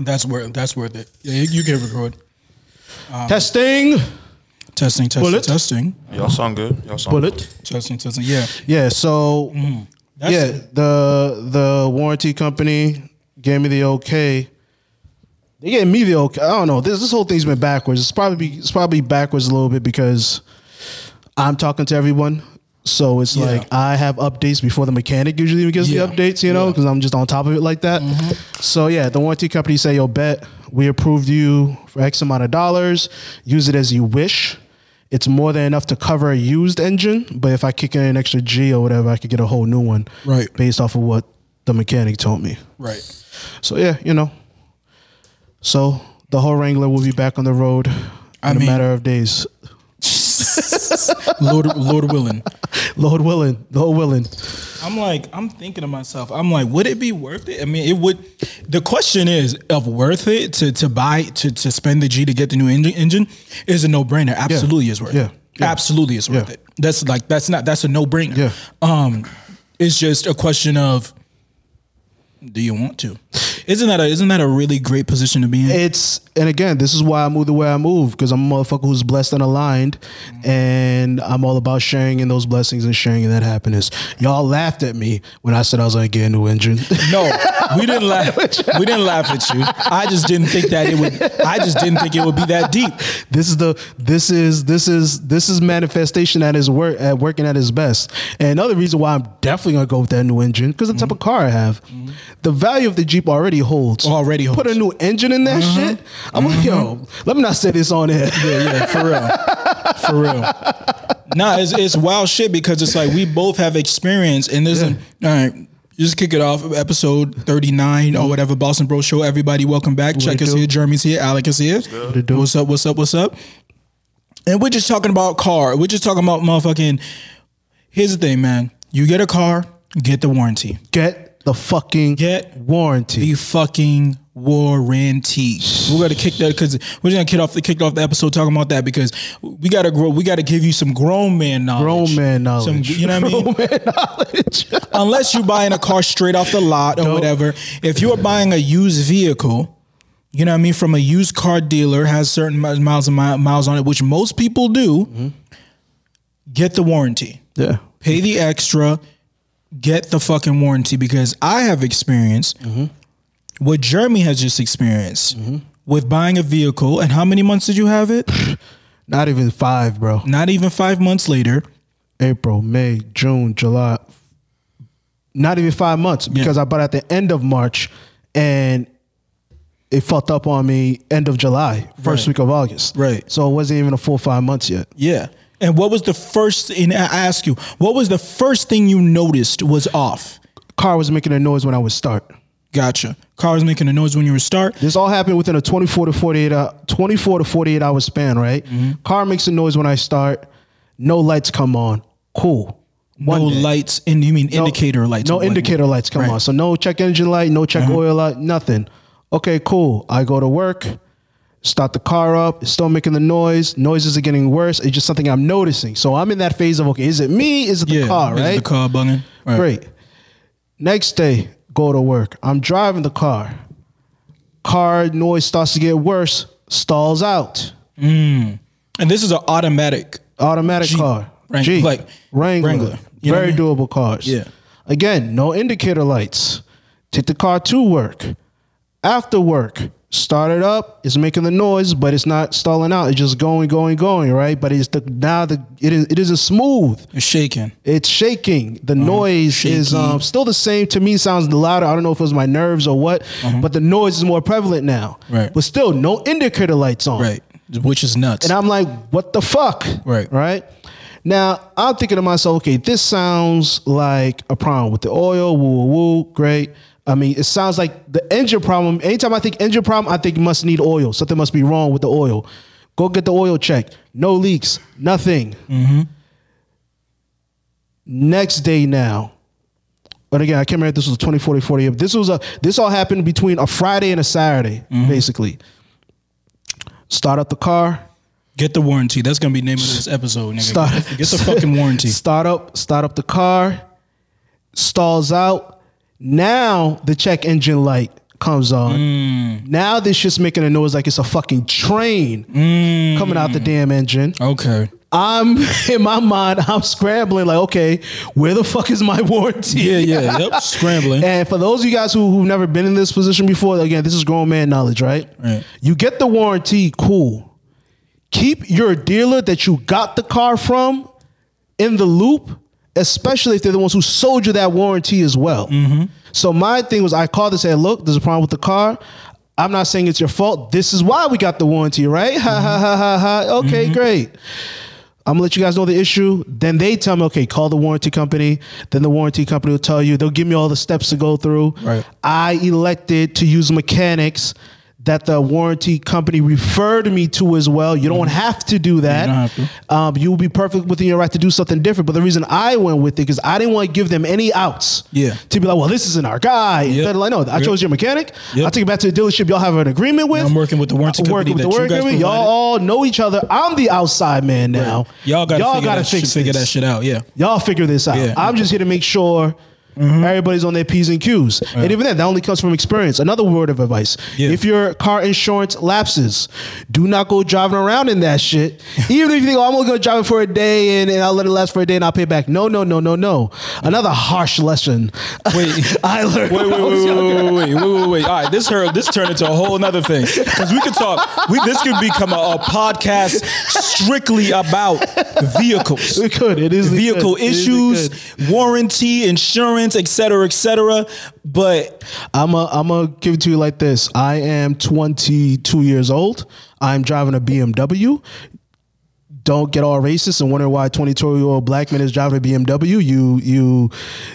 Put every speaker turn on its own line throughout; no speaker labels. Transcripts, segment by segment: That's worth. That's worth it. Yeah, you can record.
Um, Testing.
Testing, testing,
Bullet.
testing,
Y'all sound good. Y'all sound good.
Bullet.
testing, testing. Yeah,
Yeah. So
Mm-hmm. That's-
yeah, the the warranty company gave me the okay. They gave me the okay. I don't know. This this whole thing's been backwards. It's probably it's probably backwards a little bit because I'm talking to everyone. So it's
Yeah.
like I have updates before the mechanic usually even gives
Yeah. Mm-hmm.
the updates, you know, because I'm just on top of it like that. So yeah, the warranty company say, "Yo, bet we approved you for X amount of dollars. Use it as you wish. It's more than enough to cover a used engine, but if I kick in an extra G or whatever, I could get a whole new one,
Right.
Based off of what the mechanic told me.
right.
So yeah, you know. So the whole Wrangler will be back on the road in
I
a
mean-
matter of days.
Lord, Lord willing.
Lord willing, Lord willing.
I'm like, I'm thinking to myself, I'm like, would it be worth it? I mean, it would. The question is, of worth it to to buy to to spend the G to get the new engine, engine is a no brainer. Absolutely, is worth
Yeah.
it.
Yeah.
Absolutely, is worth
Yeah.
it. That's like that's not that's a no brainer.
Yeah.
Um, it's just a question of, do you want to? Isn't that a isn't that a really great position to be in?
It's and again, this is why I move the way I move because I'm a motherfucker who's blessed and aligned, and I'm all about sharing in those blessings and sharing in that happiness. Y'all laughed at me when I said I was gonna get a new engine.
No, we didn't laugh. We didn't laugh at you. I just didn't think that it would. I just didn't think it would be that deep.
this is the this is this is this is manifestation at his work at working at his best. And another reason why I'm definitely gonna go with that new engine because the type
Mm-hmm.
of car I have, the value of the Jeep already holds.
Already
put a
holds. Mm-hmm.
new engine in that shit. I'm like, yo, let me not say this on air.
Yeah, yeah, for real, for real. Nah, it's it's wild shit because it's like we both have experience, and there's an all right. Just kick it off, episode thirty nine or whatever, Boston Bro Show. Everybody, welcome back. Check
it
is
do?
here, Jeremy's here, Alec is here.
it do?
What's up? What's up? What's up? And we're just talking about car. We're just talking about motherfucking. Here's the thing, man. You get a car, get the warranty.
Get the fucking
Get
warranty.
the fucking warranty. We're gonna kick that because we're gonna kick off the kick off the episode talking about that because we gotta grow. We gotta give you some grown man knowledge.
Grown man
Some-
knowledge.
you know what I mean?
Grown man knowledge.
Unless you're buying a car straight off the lot or whatever. If you're buying a used vehicle. You know what I mean? From a used car dealer has certain mi- miles and mi- miles on it, which most people do.
Mm-hmm.
Get the warranty
yeah.
pay the extra, get the fucking warranty because I have experienced
Mm-hmm.
what Jeremy has just experienced with buying a vehicle. And how many months did you have it?
Not even five, bro.
Not even five months later.
April, May, June, July. Not even five months because I bought at the end of March and it fucked up on me end of July, first
Right.
week of August.
Right.
So it wasn't even a full five months yet.
Yeah. And what was the first? And I ask you, what was the first thing you noticed was off?
Car was making a noise when I would start.
Gotcha. Car was making a noise when you were start.
This all happened within a 24 to 48 hour, 24 to 48 hour span, right?
Mm-hmm.
Car makes a noise when I start. No lights come on. Cool. One
no
day.
lights, and you mean
No-
indicator lights?
No
or whatnot.
indicator lights. Come
Right. Mm-hmm.
on. So no check engine light, no check oil light, nothing. Okay, cool. I go to work, start the car up. It's still making the noise. Noises are getting worse. It's just something I'm noticing. So I'm in that phase of okay, is it me? Is it the
Yeah,
car?
is
Right.
The car bugging. Right.
Great. Next day, go to work. I'm driving the car. Car noise starts to get worse. Stalls out.
And this is an automatic.
Automatic car.
Wrang-
Jeep.
like,
Wrangler.
Wrangler. You know
Very
what I
doable cars.
Yeah.
Again, no indicator lights. Take the car to work. After work, start it up. It's making the noise, but it's not stalling out. It's just going, going, going, right? But it's the now the it is it isn't smooth.
It's shaking.
It's shaking. The noise is
Uh-huh. shaky.
um, still the same. To me, sounds louder. I don't know if it was my nerves or what, but the noise is more prevalent now.
Uh-huh. Right.
But still, no indicator lights on.
Right. Which is nuts.
And I'm like, what the fuck?
Right.
Right. Now I'm thinking to myself, okay, this sounds like a problem with the oil, woo, woo, woo, great. I mean, it sounds like the engine problem. Anytime I think engine problem, I think it must need oil. Something must be wrong with the oil. Go get the oil checked. No leaks, nothing.
Mm-hmm.
Next day now. But again, I can't remember if this was 24 to 40. This was a this all happened between a Friday and a Saturday,
Mm-hmm.
basically. Start up the car,
Get the warranty. That's gonna be the name of this episode, nigga.
Start-
Get the fucking warranty.
Start up, start up the car, stalls out. Now the check engine light comes on.
Mm.
Now this shit's making a noise like it's a fucking train
Mm.
coming out the damn engine.
Okay.
I'm in my mind, I'm scrambling like, okay, where the fuck is my warranty?
Yeah, yeah. yep. Scrambling.
And for those of you guys who, who've never been in this position before, again, this is grown man knowledge, right?
Right.
You get the warranty, cool. Keep your dealer that you got the car from in the loop, especially if they're the ones who sold you that warranty as well.
Mm-hmm.
So my thing was, I called and said, look, there's a problem with the car. I'm not saying it's your fault. This is why we got the warranty, right? Ha
Mm-hmm.
ha ha ha ha. Okay, great. I'm gonna let you guys know the issue. Then they tell me, okay, call the warranty company. Then the warranty company will tell you. They'll give me all the steps to go through.
Right.
I elected to use mechanics that the warranty company referred me to as well. You don't have to do that.
Mm-hmm. You don't have to.
Um, you will be perfect within your right to do something different. But the reason I went with it is I didn't want to give them any outs.
Yeah.
To be like, well, this isn't our guy.
Yep.
Instead, like, no, I
Yep.
chose your mechanic.
Yep.
I'll take it back to the dealership. Y'all have an agreement with.
I'm working with the warranty
I'm
company
working with
that
the
you
warranty
guys
company. Y'all
provided.
all know each other. I'm the outside man now.
Y'all gotta figure, that, shit-
fix
figure
this.
that shit out. Yeah.
Y'all figure this out.
Yeah. Mm-hmm.
I'm just here to make sure everybody's on their P's and Q's. And even that, that only comes from experience. Another word of advice
Yeah.
if your car insurance lapses, do not go driving around in that shit. even if you think, oh, I'm only going to drive it for a day and, and I'll let it last for a day and I'll pay it back. No, no, no, no, no. Another harsh lesson
Wait.
I learned.
Wait, wait, wait, wait, wait, wait, wait, wait, wait, wait. All right, this her, this turned into a whole other thing because we could talk. We, this could become a, a podcast strictly about vehicles,
It could. It is
vehicle issues, warranty, insurance, et cetera, et cetera. But
I'm a, I'm gonna give it to you like this. I am 22 years old. I'm driving a BMW. Don't get all racist and wonder why 22 year old black man is driving a BMW. You you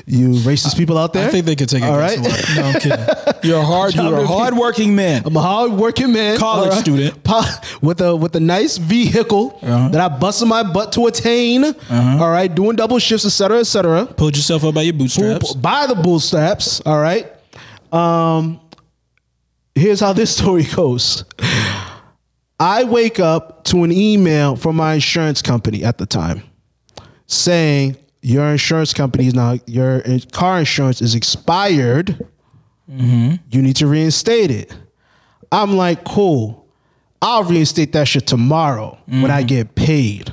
you racist people out there.
I think they could take it.
All right.
No, I'm kidding. You're a hard. You're a hardworking man.
I'm a hard working man,
College
all
student. Uh-huh.
Pa- with a with a nice vehicle that I busted my butt to attain. all right, doing double shifts, et cetera, et cetera.
Pulled yourself up by your bootstraps.
Bull- Buy the bull straps. All right. Um, here's how this story goes. I wake up to an email from my insurance company at the time saying your insurance company is now your in- car insurance is expired.
Mm-hmm.
You need to reinstate it. I'm like, cool. I'll reinstate that shit tomorrow when
Mm-hmm.
I get paid.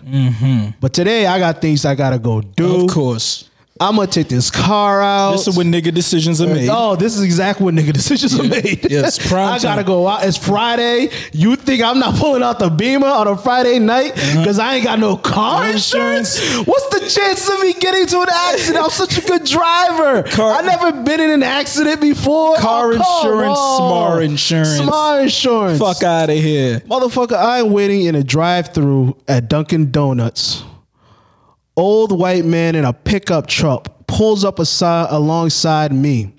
But today I got things I gotta go do.
Of course.
I'm gonna take this car out.
This is when nigga decisions are made.
Oh, this is exactly when nigga decisions are made.
Yes, prime
I gotta
time.
go out. It's Friday. You think I'm not pulling out the Beamer on a Friday night because I ain't got no car
No
insurance?
Uh-huh. insurance.
What's the chance of me getting to an accident? I'm such a good driver.
Car-
I've never been in an accident before. Oh,
Car
come
insurance,
on.
smart insurance.
smart insurance.
Fuck out of here.
Motherfucker, I am waiting in a drive through at Dunkin' Donuts. Old white man in a pickup truck pulls up aside, alongside me.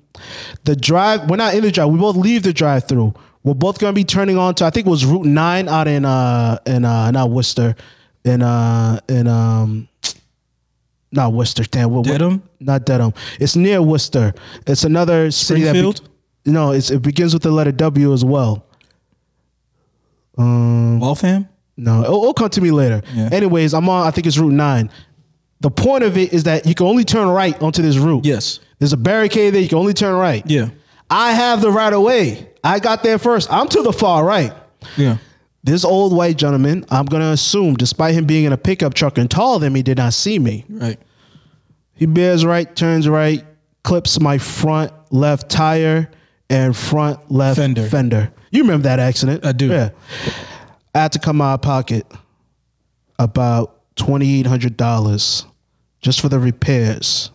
The drive, we're not in the drive, we both leave the drive through. We're both gonna be turning on to I think it was Route 9 out in uh in uh not Worcester. In uh in um not Worcester, damn what, what-
Dedham?
Not Dedham. It's near Worcester. It's another city that be-
Springfield?
no, it's, it begins with the letter W as well.
Waltham?
No, it'll, it'll come to me later.
Yeah.
Anyways, I'm on. I think it's Route Nine. The point of it is that you can only turn right onto this route.
Yes.
There's a barricade there. You can only turn right.
Yeah.
I have the right of way. I got there first. I'm to the far right.
Yeah.
This old white gentleman, I'm gonna assume, despite him being in a pickup truck and taller than me, did not see me.
Right.
He bears right, turns right, clips my front left tire and front left
Fender.
fender. You remember that accident?
I do.
Yeah. I had to come out of pocket about twenty eight hundred dollars just for the repairs.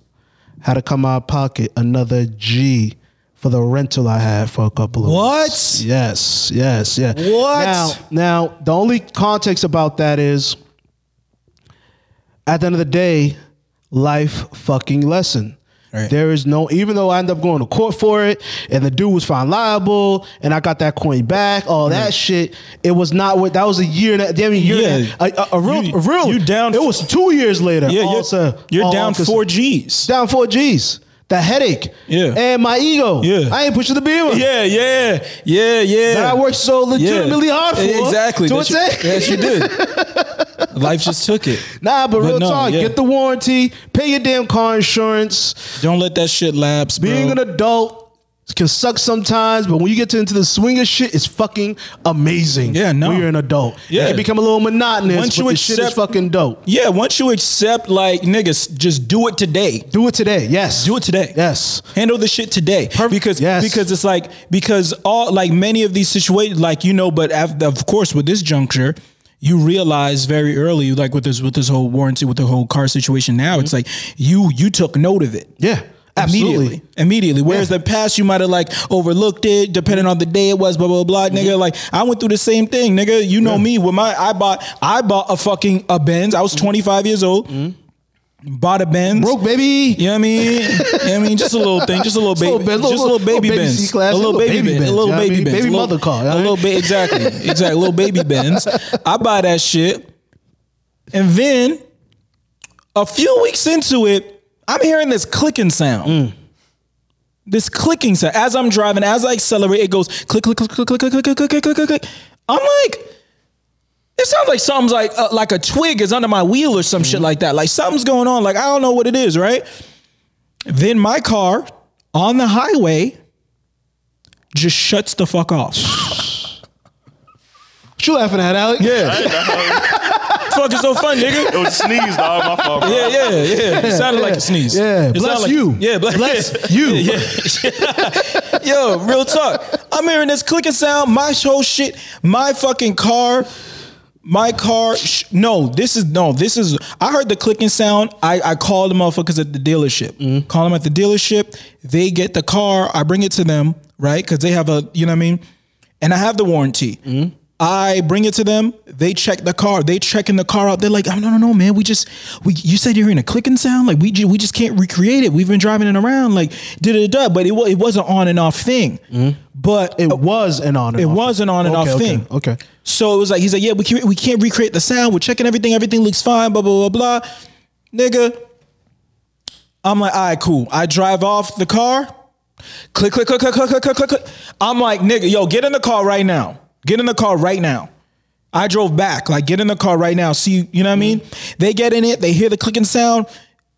Had to come out of pocket another G for the rental I had for a couple of
What?
Yes, yes, yeah.
What?
Now, now the only context about that is at the end of the day, life fucking lesson.
Right.
There is no, even though I end up going to court for it, and the dude was found liable, and I got that coin back, all that shit. It was not what that was a year and a damn near year. and
Yeah.
a, a, a real,
You-
a real.
you down-
It was two years later.
Yeah,
all
you're,
to-
you're
all
down
to-
four G's.
down four G's. The headache.
Yeah.
And my ego.
Yeah.
I ain't pushing the beamer.
Yeah, yeah, yeah, yeah.
That I worked so legitimately hard for.
Exactly.
To
That you,
attain.
yes, you did. Life just took it.
Nah, but,
But
real
no,
talk.
yeah.
Get the warranty. Pay your damn car insurance.
Don't let that shit lapse, bro.
Being an adult. can suck sometimes, but when you get to into the swing of shit, it's fucking amazing.
Yeah, no.
When you're an adult,
Yeah.
it can become a little monotonous. but
Once you
the shit is
accept-
fucking dope.
Yeah, once you accept, like, niggas, just do it today.
Do it today. Yes.
Do it today.
Yes.
Handle the shit today. Because
Yes.
because it's like because all like many of these situations like you know but af- of course with this juncture you realize very early like with this with this whole warranty with the whole car situation now it's like you you took note of it.
Yeah.
Immediately,
Mm-hmm. Absolutely.
immediately. Whereas
Yeah.
the past, you might have like overlooked it, depending on the day it was. Blah blah blah,
Mm-hmm.
nigga. Like I went through the same thing, nigga. You know me. With my, I bought, I bought a fucking a Benz. I was
Mm-hmm.
twenty five years old. Bought a Benz.
Broke baby.
You know what I mean? You know what I mean? Just a little thing, just a little baby,
bit, little-
just a little
little
baby
baby
Benz,
C-class,
a little baby Benz, a
you know
little
what I
baby
mean?
Benz,
Baby
a little-
mother car, you know
a
what I
little bit exactly, exactly, little baby Benz. I buy that shit, and then a few weeks into it, I'm hearing this clicking sound.
Mm.
This clicking sound as I'm driving, as I accelerate, it goes click, click, click, click, click, click, click, click, click, click, click, click, click. I'm like. It sounds like something's like uh, like a twig is under my wheel or
Mm-hmm.
some shit like that. Like something's going on. Like I don't know what it is, right? Then my car on the highway just shuts the fuck off.
What you laughing at, Alec?
Yeah. fuck is so fun, nigga.
It was sneeze, dog. My fault. Bro.
Yeah, yeah, yeah. It sounded like a sneeze.
Yeah,
It
bless
sounded like-
you.
Yeah, bless,
Bless you.
Yeah, yeah. Yo, real talk. I'm hearing this clicking sound. My whole shit. My fucking car. My car. Sh- no, this is no. This is. I heard the clicking sound. I I called the motherfuckers at the dealership. Call them at the dealership. They get the car. I bring it to them. Right, because they have a. You know what I mean. And I have the warranty. I bring it to them. They check the car. They checking the car out. They're like, oh, no, no, no, man. We just, we, you said you're hearing a clicking sound. Like we, ju- we just can't recreate it. We've been driving it around. Like da da da. But it, wa- it was an on and off thing. But
It was an on and
it
off.
was an on and
Okay,
off
okay,
thing.
Okay.
So it was like he's like, yeah, we can't, we can't recreate the sound. We're checking everything. Everything looks fine. Blah blah blah blah. Nigga, I'm like, all right, cool. I drive off the car. Click click click click click click click click. click. I'm like, nigga, yo, get in the car right now. Get in the car right now. I drove back. Like, get in the car right now. See, you know what I mean? They get in it. They hear the clicking sound.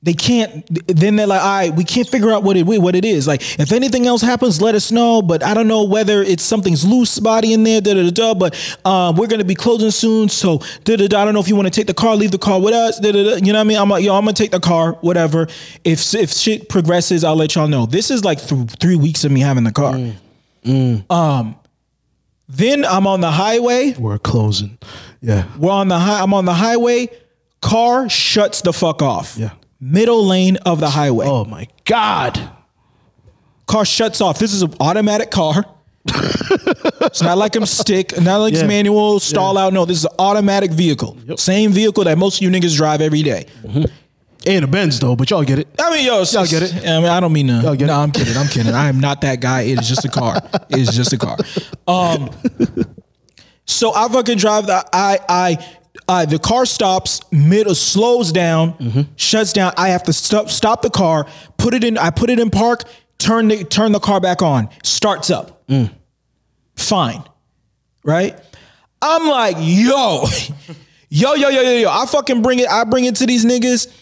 They can't. th- Then they're like, "All right, we can't figure out what it what it is. Like, if anything else happens, let us know. But I don't know whether it's something's loose body in there. Da da da. da, But um, we're gonna be closing soon, so da da da. I don't know if you want to take the car, leave the car with us. Da da da. You know what I mean? I'm like, yo, I'm gonna take the car, whatever. If if shit progresses, I'll let y'all know. This is like th- three weeks of me having the car. Um, then I'm on the highway.
We're closing. Yeah.
We're on the high. I'm on the highway. Car shuts the fuck off.
Yeah.
Middle lane of the highway.
Oh my God.
Car shuts off. This is an automatic car. it's not like I'm stick, not like it's
Yeah.
manual, stall out. No, this is an automatic vehicle. Same vehicle that most of you niggas drive every day.
And a Benz though, but y'all get it.
I mean, yo, y'all
get it.
I mean, I don't mean to. No,
get it.
I'm kidding. I'm kidding. I am not that guy. It is just a car. it is just a car. Um, so I fucking drive the I I. I the car stops, middle slows down,
Mm-hmm.
shuts down. I have to stop stop the car, put it in. I put it in park. Turn the turn the car back on. Starts up.
Mm.
Fine, right? I'm like, yo, yo, yo, yo, yo, yo. I fucking bring it. I bring it to these niggas.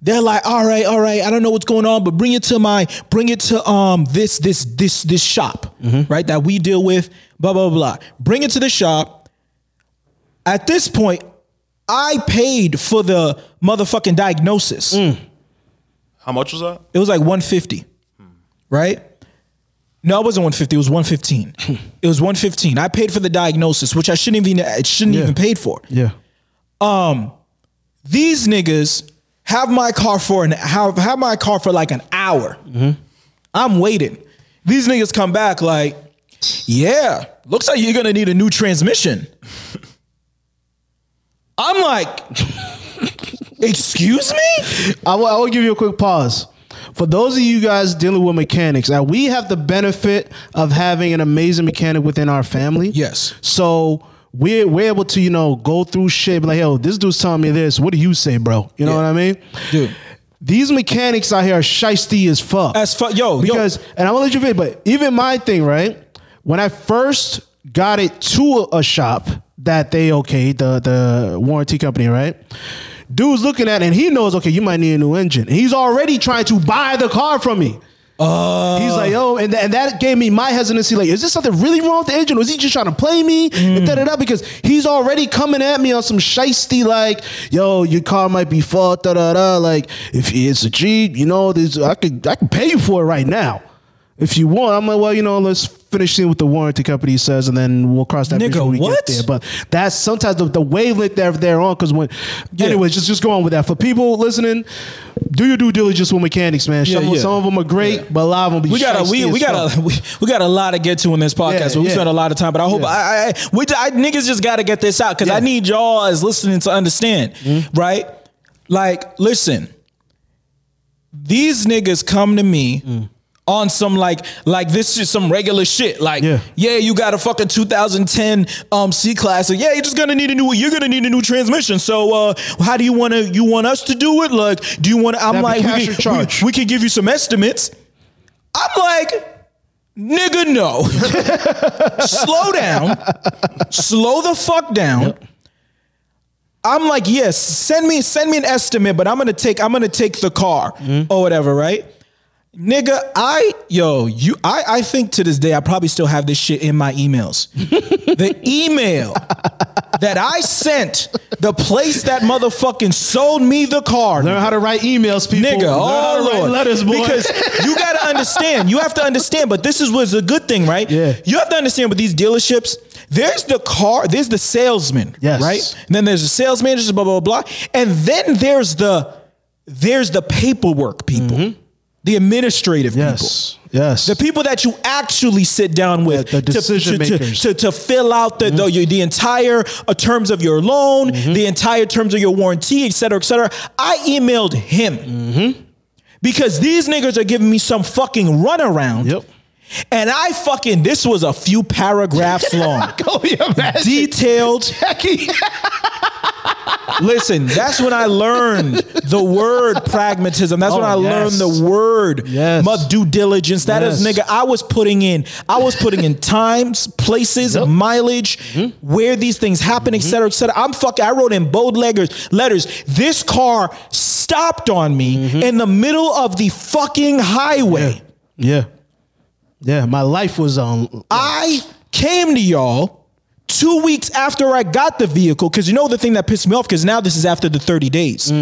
They're like, all right, all right. I don't know what's going on, but bring it to my, bring it to um this this this this shop, right? That we deal with. Blah blah blah. Bring it to the shop. At this point, I paid for the motherfucking diagnosis.
How much was that?
It was like 150, right? No, it wasn't 150. It was 115. it was 115. I paid for the diagnosis, which I shouldn't even it shouldn't even paid for.
Yeah.
These niggas have my car for an have have my car for like an hour.
Mm-hmm.
I'm waiting. These niggas come back like, yeah, looks like you're gonna need a new transmission. I'm like, excuse me?
I will, I will give you a quick pause. For those of you guys dealing with mechanics, now we have the benefit of having an amazing mechanic within our family.
Yes.
So we're we're able to, you know, go through shit, be like, yo, this dude's telling me this. What do you say, bro? You know
Yeah.
what I mean?
Dude.
These mechanics out here are shisty as fuck.
As fuck, yo, yo,
because and I'm gonna let you finish, but even my thing, right? When I first got it to a, a shop that they okayed, the the warranty company, right? Dude's looking at it and he knows, okay, you might need a new engine. And he's already trying to buy the car from me.
Uh,
He's like, yo, and, th- and that gave me my hesitancy. Like, is this something really wrong with the engine? Or is he just trying to play me?
Mm.
And da, da, da, because he's already coming at me on some shisty, like, yo, your car might be fault, da da da. Like, if it's a Jeep, you know, this, I could I could pay you for it right now. If you want, I'm like, well, you know, let's finish seeing what the warranty company says, and then we'll cross that bridge
Nigga,
when we
what?
get there. But that's sometimes the, the wavelength that they're on. Because when,
Yeah.
anyways, just just go on with that. For people listening, do your due diligence with mechanics, man.
Yeah,
some,
yeah.
some of them are great, but a lot of them be
we got a
shiesty
we,
as
we got
fuck.
a we, we got a lot to get to in this podcast,
Yeah,
but we
yeah.
spent a lot of time. But I hope
Yeah.
I, I, I we I, niggas just got to get this out because I
Yeah. Mm-hmm.
need y'all as listening to understand, right? Like, listen, these niggas come to me.
Mm.
On some like like this is some regular shit like
Yeah.
yeah, you got a fucking 2010 um C class so yeah you're just gonna need a new you're gonna need a new transmission so uh how do you want to you want us to do it like do you want
That'd be
I'm like
cash
we
or
can, we,
charge.
we can give you some estimates I'm like, nigga, no. Slow down. Slow the fuck down. I'm like, yes, send me send me an estimate, but I'm gonna take I'm gonna take the car
Mm-hmm.
or whatever, right? Nigga, I yo, you I, I think to this day I probably still have this shit in my emails. the email that I sent the place that motherfucking sold me the car.
Learn
nigga.
how to write emails, people.
Nigga,
Learn how
oh
to write
lord,
letters, boy.
because you gotta understand. You have to understand. But this is was a good thing, right?
Yeah.
You have to understand with these dealerships. There's the car. There's the salesman.
Yes.
Right. And then there's the sales manager. Blah blah blah. And then there's the there's the paperwork people, the administrative people.
Mm-hmm. yes, yes,
The people that you actually sit down with,
The- Mm-hmm. the
to-
decision
to, to,
makers.
to, to fill out the the, your- the entire uh, terms of your loan,
Mm-hmm.
the entire terms of your warranty, et cetera, et cetera. I emailed him
Mm-hmm.
because these niggas are giving me some fucking runaround.
Yep.
And I fucking this was a few paragraphs long,
oh, yeah, man.
detailed.
Jackie.
Listen, that's when I learned the word pragmatism. That's when
Oh,
I
yes.
learned the word
Yes.
mu- due diligence. That is,
Yes.
nigga, I was putting in, I was putting in times, places,
Yep.
mileage,
Mm-hmm.
where these things happen, et cetera, et cetera. I'm fucking, I wrote in bold letters, letters. This car stopped on me in the middle of the fucking highway.
Mm-hmm. yeah, yeah. My life was um, on.
I came to y'all two weeks after I got the vehicle because you know the thing that pissed me off because now this is after the 30 days.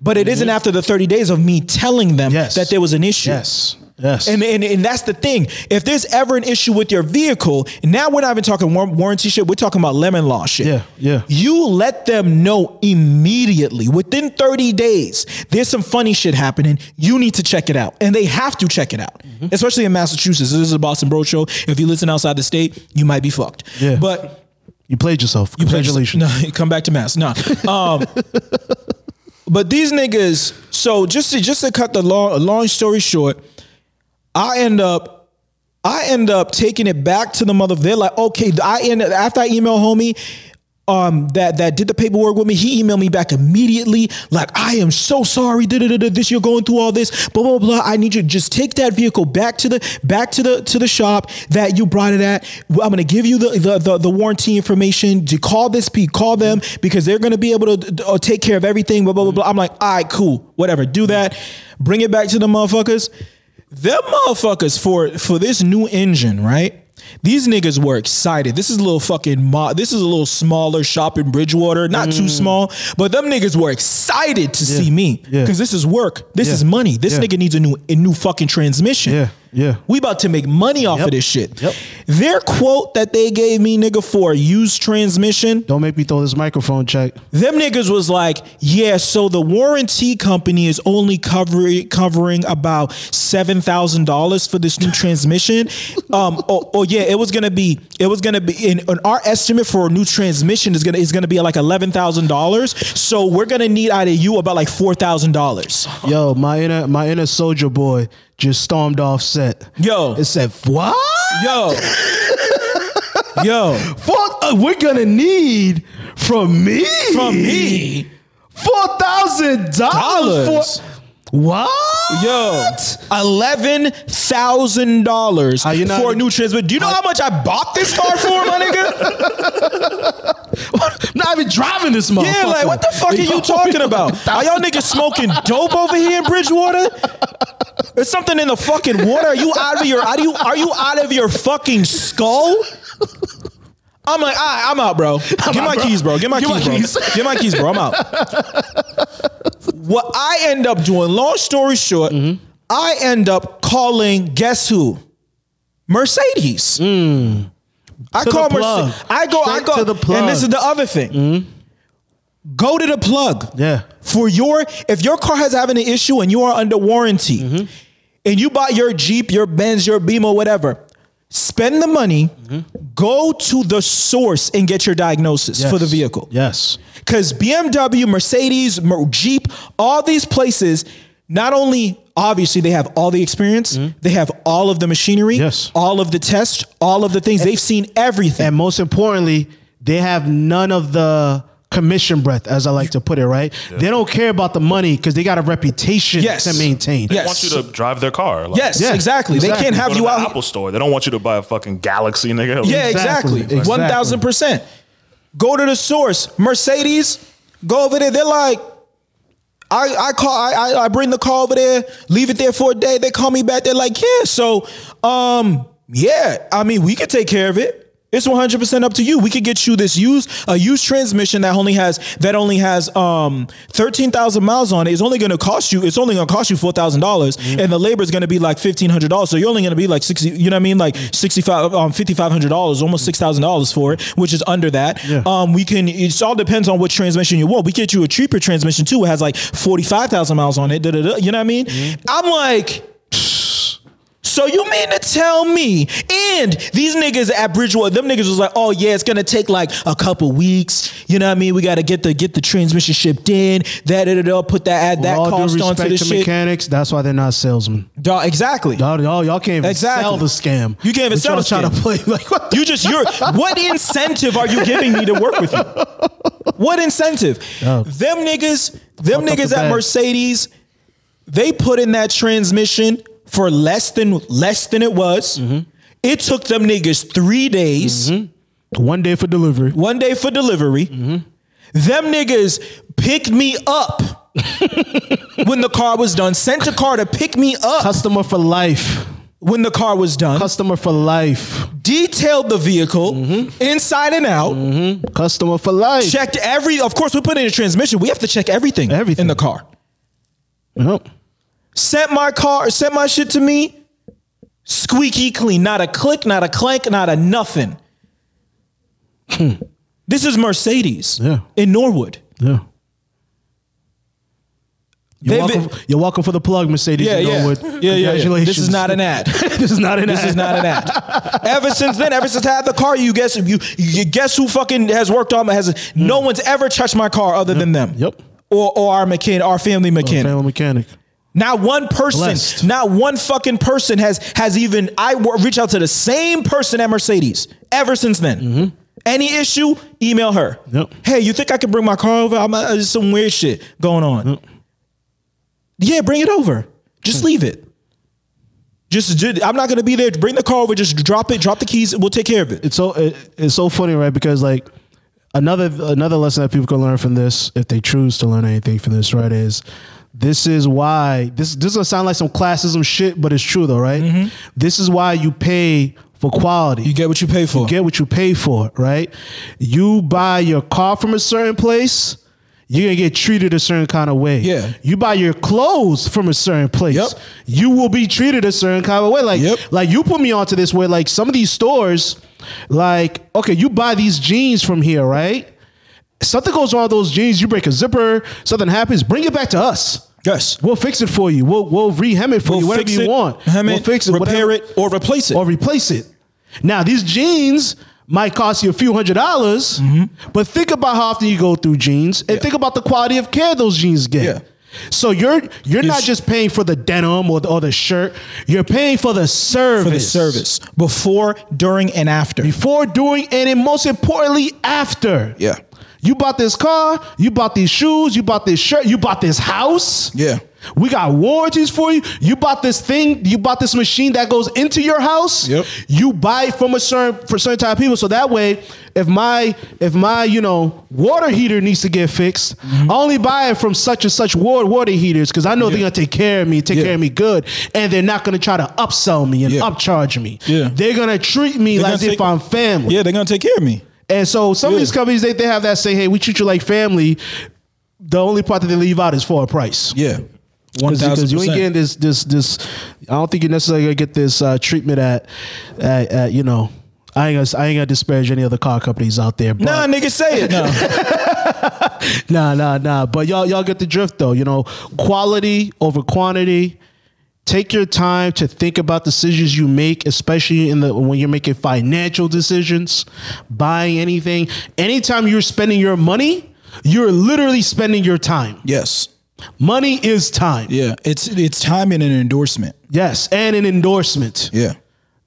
But it not after the 30 days of me telling them
Mm-hmm. Yes.
that there was an issue.
yes, yes.
And, and, and that's the thing. If there's ever an issue with your vehicle, and now we're not even talking war- warranty shit, we're talking about lemon law shit.
Yeah, yeah.
You let them know immediately, within 30 days, there's some funny shit happening. You need to check it out. And they have to check it out,
Mm-hmm.
especially in Massachusetts. This is a Boston Bro show. If you listen outside the state, you might be fucked.
Yeah.
But
you played yourself. Congratulations.
no, come back to mass. No. Um, but these niggas, so just to just to cut the long long story short, I end up I end up taking it back to the mother. They're like, okay, I end up after I email homie. Um, that that did the paperwork with me. He emailed me back immediately, like I am so sorry. Da, da, da, da, this you're going through all this, blah blah blah. I need you to just take that vehicle back to the back to the to the shop that you brought it at. Well, I'm gonna give you the the, the, the warranty information. To call this P, call them because they're gonna be able to uh, take care of everything. Blah blah blah. blah. I'm like, all right, cool, whatever. Do that. Bring it back to the motherfuckers. Them motherfuckers for for this new engine, right? These niggas were excited. This is a little fucking mo- this is a little smaller shop in Bridgewater, not too small, but them niggas were excited to see me
Mm. yeah.
cuz this is work. This
Yeah,
is money. This
yeah.
nigga needs a new a new fucking transmission.
Yeah, yeah.
We about to make money off
Yep,
of this shit.
yep.
Their quote that they gave me nigga for a used transmission
Don't make me throw this microphone check.
them niggas was like, yeah, so the warranty company is only covering covering about seven thousand dollars for this new transmission. Um, oh, oh, yeah, it was gonna be it was gonna be in, in our estimate for a new transmission is gonna is gonna be like eleven thousand dollars. So we're gonna need out of you about like four thousand dollars.
Yo, my inner my inner soldier boy just stormed off set.
Yo.
it said what?
Yo, yo,
Fuck, uh, we're gonna need from me
from me,
four thousand dollars
Dollars.
for what?
yo, eleven thousand dollars
How you not-
for a new transmission. Do you know how much I bought this car for, my nigga?
not even driving this motherfucker.
Yeah, like what the fuck are you talking about? Are y'all niggas smoking dope over here in Bridgewater? It's something in the fucking water. Are you out of your are you are you out of your fucking skull? I'm like, I, I'm out, bro. Get my keys, bro. Get my
Get my
keys, bro.
keys.
Get my keys, bro. I'm out. what I end up doing, long story short,
Mm-hmm.
I end up calling guess who? Mercedes. I
Mm. To
call
the plug.
Mercedes. I go, I
Straight
go.
to the plug.
And this is the other thing. Go to the plug
Yeah.
for your if your car has having an issue and you are under warranty
Mm-hmm.
and you buy your Jeep, your Benz, your Beamer, whatever, spend the money, go to the source and get your diagnosis for the
Mm-hmm. Yes.
vehicle.
Yes.
Because BMW, Mercedes, Mer- Jeep, all these places, not only obviously they have all the experience, they have all of the machinery,
Mm-hmm. Yes.
all of the tests, all of the things. They've seen everything.
And most importantly, they have none of the commission breath, as I like to put it, right? They don't care about the money because they got a reputation
Yes.
to maintain.
Yes.
They want you to drive their car. Like,
yes,
Yeah,
exactly. They
exactly.
can't
Go
have
to
you
the
out.
Apple store. They don't want you to buy a fucking Galaxy, nigga.
Exactly,
Yeah, exactly.
exactly.
One thousand percent. Go to the source. Mercedes, go over there. They're like, I, I call I, I I bring the car over there, leave it there for a day. They call me back. They're like, yeah. So, um, yeah. I mean, we could take care of it. It's one hundred percent up to you. We could get you this used a used transmission that only has that only has um thirteen thousand miles on it. It's only going to cost you. It's only going to cost you four dollars, and the labor is going to be like fifteen hundred dollars. So you're only going to be like sixty. You know what I mean? Like sixty five um fifty five hundred dollars, almost six thousand dollars for it, which is under that.
Yeah.
Um, we can. It all depends on what transmission you want. We get you a cheaper transmission too. It has like forty five thousand miles on it. Da, da, da, you know what I mean?
Mm-hmm.
I'm like. So you mean to tell me? And these niggas at Bridgewater, them niggas was like, oh yeah, it's gonna take like a couple weeks. You know what I mean? We gotta get the get the transmission shipped in. That da, da, da, put that add that
With all
cost
due
onto
respect
the
to
shit.
mechanics, that's why they're not salesmen.
Dawg, exactly.
Y'all, y'all, y'all can't even
Exactly.
sell the scam.
You can't even
But
sell
y'all trying
the
to
scam.
play like what the
You just you're what incentive are you giving me to work with you? What incentive?
Oh.
Them niggas, them
Fucked up
niggas
the
at
bag.
Mercedes, they put in that transmission for less than less than it was.
Mm-hmm.
It took them niggas three days,
one day for delivery.
one day for delivery.
Mm-hmm.
Them niggas picked me up when the car was done. Sent a car to pick me up
Customer for life.
when the car was done.
Customer for life.
Detailed the vehicle
Mm-hmm.
inside and out.
Customer for life.
checked every. Of course, we put in a transmission. We have to check everything,
Everything.
in the car.
Yep.
Sent my car, sent my shit to me, squeaky clean. Not a click, not a clank, not a nothing. Hmm. this is Mercedes
Yeah.
in Norwood.
Yeah. You're
They've
welcome, you're welcome for the plug, Mercedes.
Yeah,
you
yeah.
Norwood.
Yeah, yeah, yeah.
Congratulations.
This is not an ad.
this is not an
This
ad.
is not an ad. ever since then, ever since I had the car, you guess you, you guess who fucking has worked on my has no one's ever touched my car other than them.
Hmm. Yep.
Or or our mechanic, our family mechanic.
Family mechanic.
Not one person,
Blessed.
not one fucking person has has even I w- reach out to the same person at Mercedes ever since then. Any issue, email her.
Mm-hmm. Yep.
Hey, you think I could bring my car over? I'm uh, there's some weird shit going on. Yeah, bring it over. Just
Hmm.
leave it. Just, ju- I'm not gonna be there. Bring the car over. Just drop it. Drop the keys. We'll take care of it.
It's so it, it's so funny, right? Because like another another lesson that people can learn from this, if they choose to learn anything from this, right, is this is why this this is gonna sound like some classism shit, but it's true though, right? This is why you pay for quality.
Mm-hmm. You get what you pay for.
get what you pay for, right? You buy your car from a certain place, you're gonna get treated a certain kind of way.
Yeah.
You buy your clothes from a certain place,
Yep.
you will be treated a certain kind of way. Like,
Yep.
like you put me onto this where like some of these stores, like, okay, you buy these jeans from here, right? Something goes wrong with those jeans, you break a zipper, something happens, bring it back to us.
yes.
We'll fix it for you. We'll we'll rehem it for you, whatever
fix
you
it,
want.
hem
we'll
it, repair
whatever-
it, or replace it.
or replace it. Now, these jeans might cost you a few hundred dollars,
Mm-hmm.
but think about how often you go through jeans and think about the quality of care those jeans get.
Yeah.
So you're you're not
It's-
just paying for the denim or the, or the shirt. You're paying for the service.
for the service before, during, and after.
Before, doing, and then most importantly, after.
Yeah.
You bought this car, you bought these shoes, you bought this shirt, you bought this house.
Yeah.
We got warranties for you. You bought this thing. You bought this machine that goes into your house.
Yep.
You buy it from a certain for certain type of people. So that way, if my if my you know water heater needs to get fixed, I only buy it from such and such water water heaters because I know they're gonna take care of me, take
Mm-hmm. Yeah.
care of me good, and they're not gonna try to upsell me and
Yeah.
upcharge me.
Yeah.
They're gonna treat me
They're
like
gonna
if
take-
I'm family.
Yeah, they're gonna take care of me.
And so some of these
Yeah.
companies they, they have that say, hey, we treat you like family. The only part that they leave out is for a price.
Yeah, one
Because
thousand
you ain't getting
percent.
this this this I don't think you're necessarily gonna get this uh, treatment at, at at you know I ain't gonna I ain't gonna disparage any other car companies out there. But
Nah, nigga, say it. No.
Nah, nah, nah. But y'all, y'all get the drift though. You know, quality over quantity. Take your time to think about decisions you make, especially in the when you're making financial decisions, buying anything. Anytime you're spending your money, you're literally spending your time.
yes.
Money is time.
Yeah, it's it's time and an endorsement.
Yes, and an endorsement,
Yeah,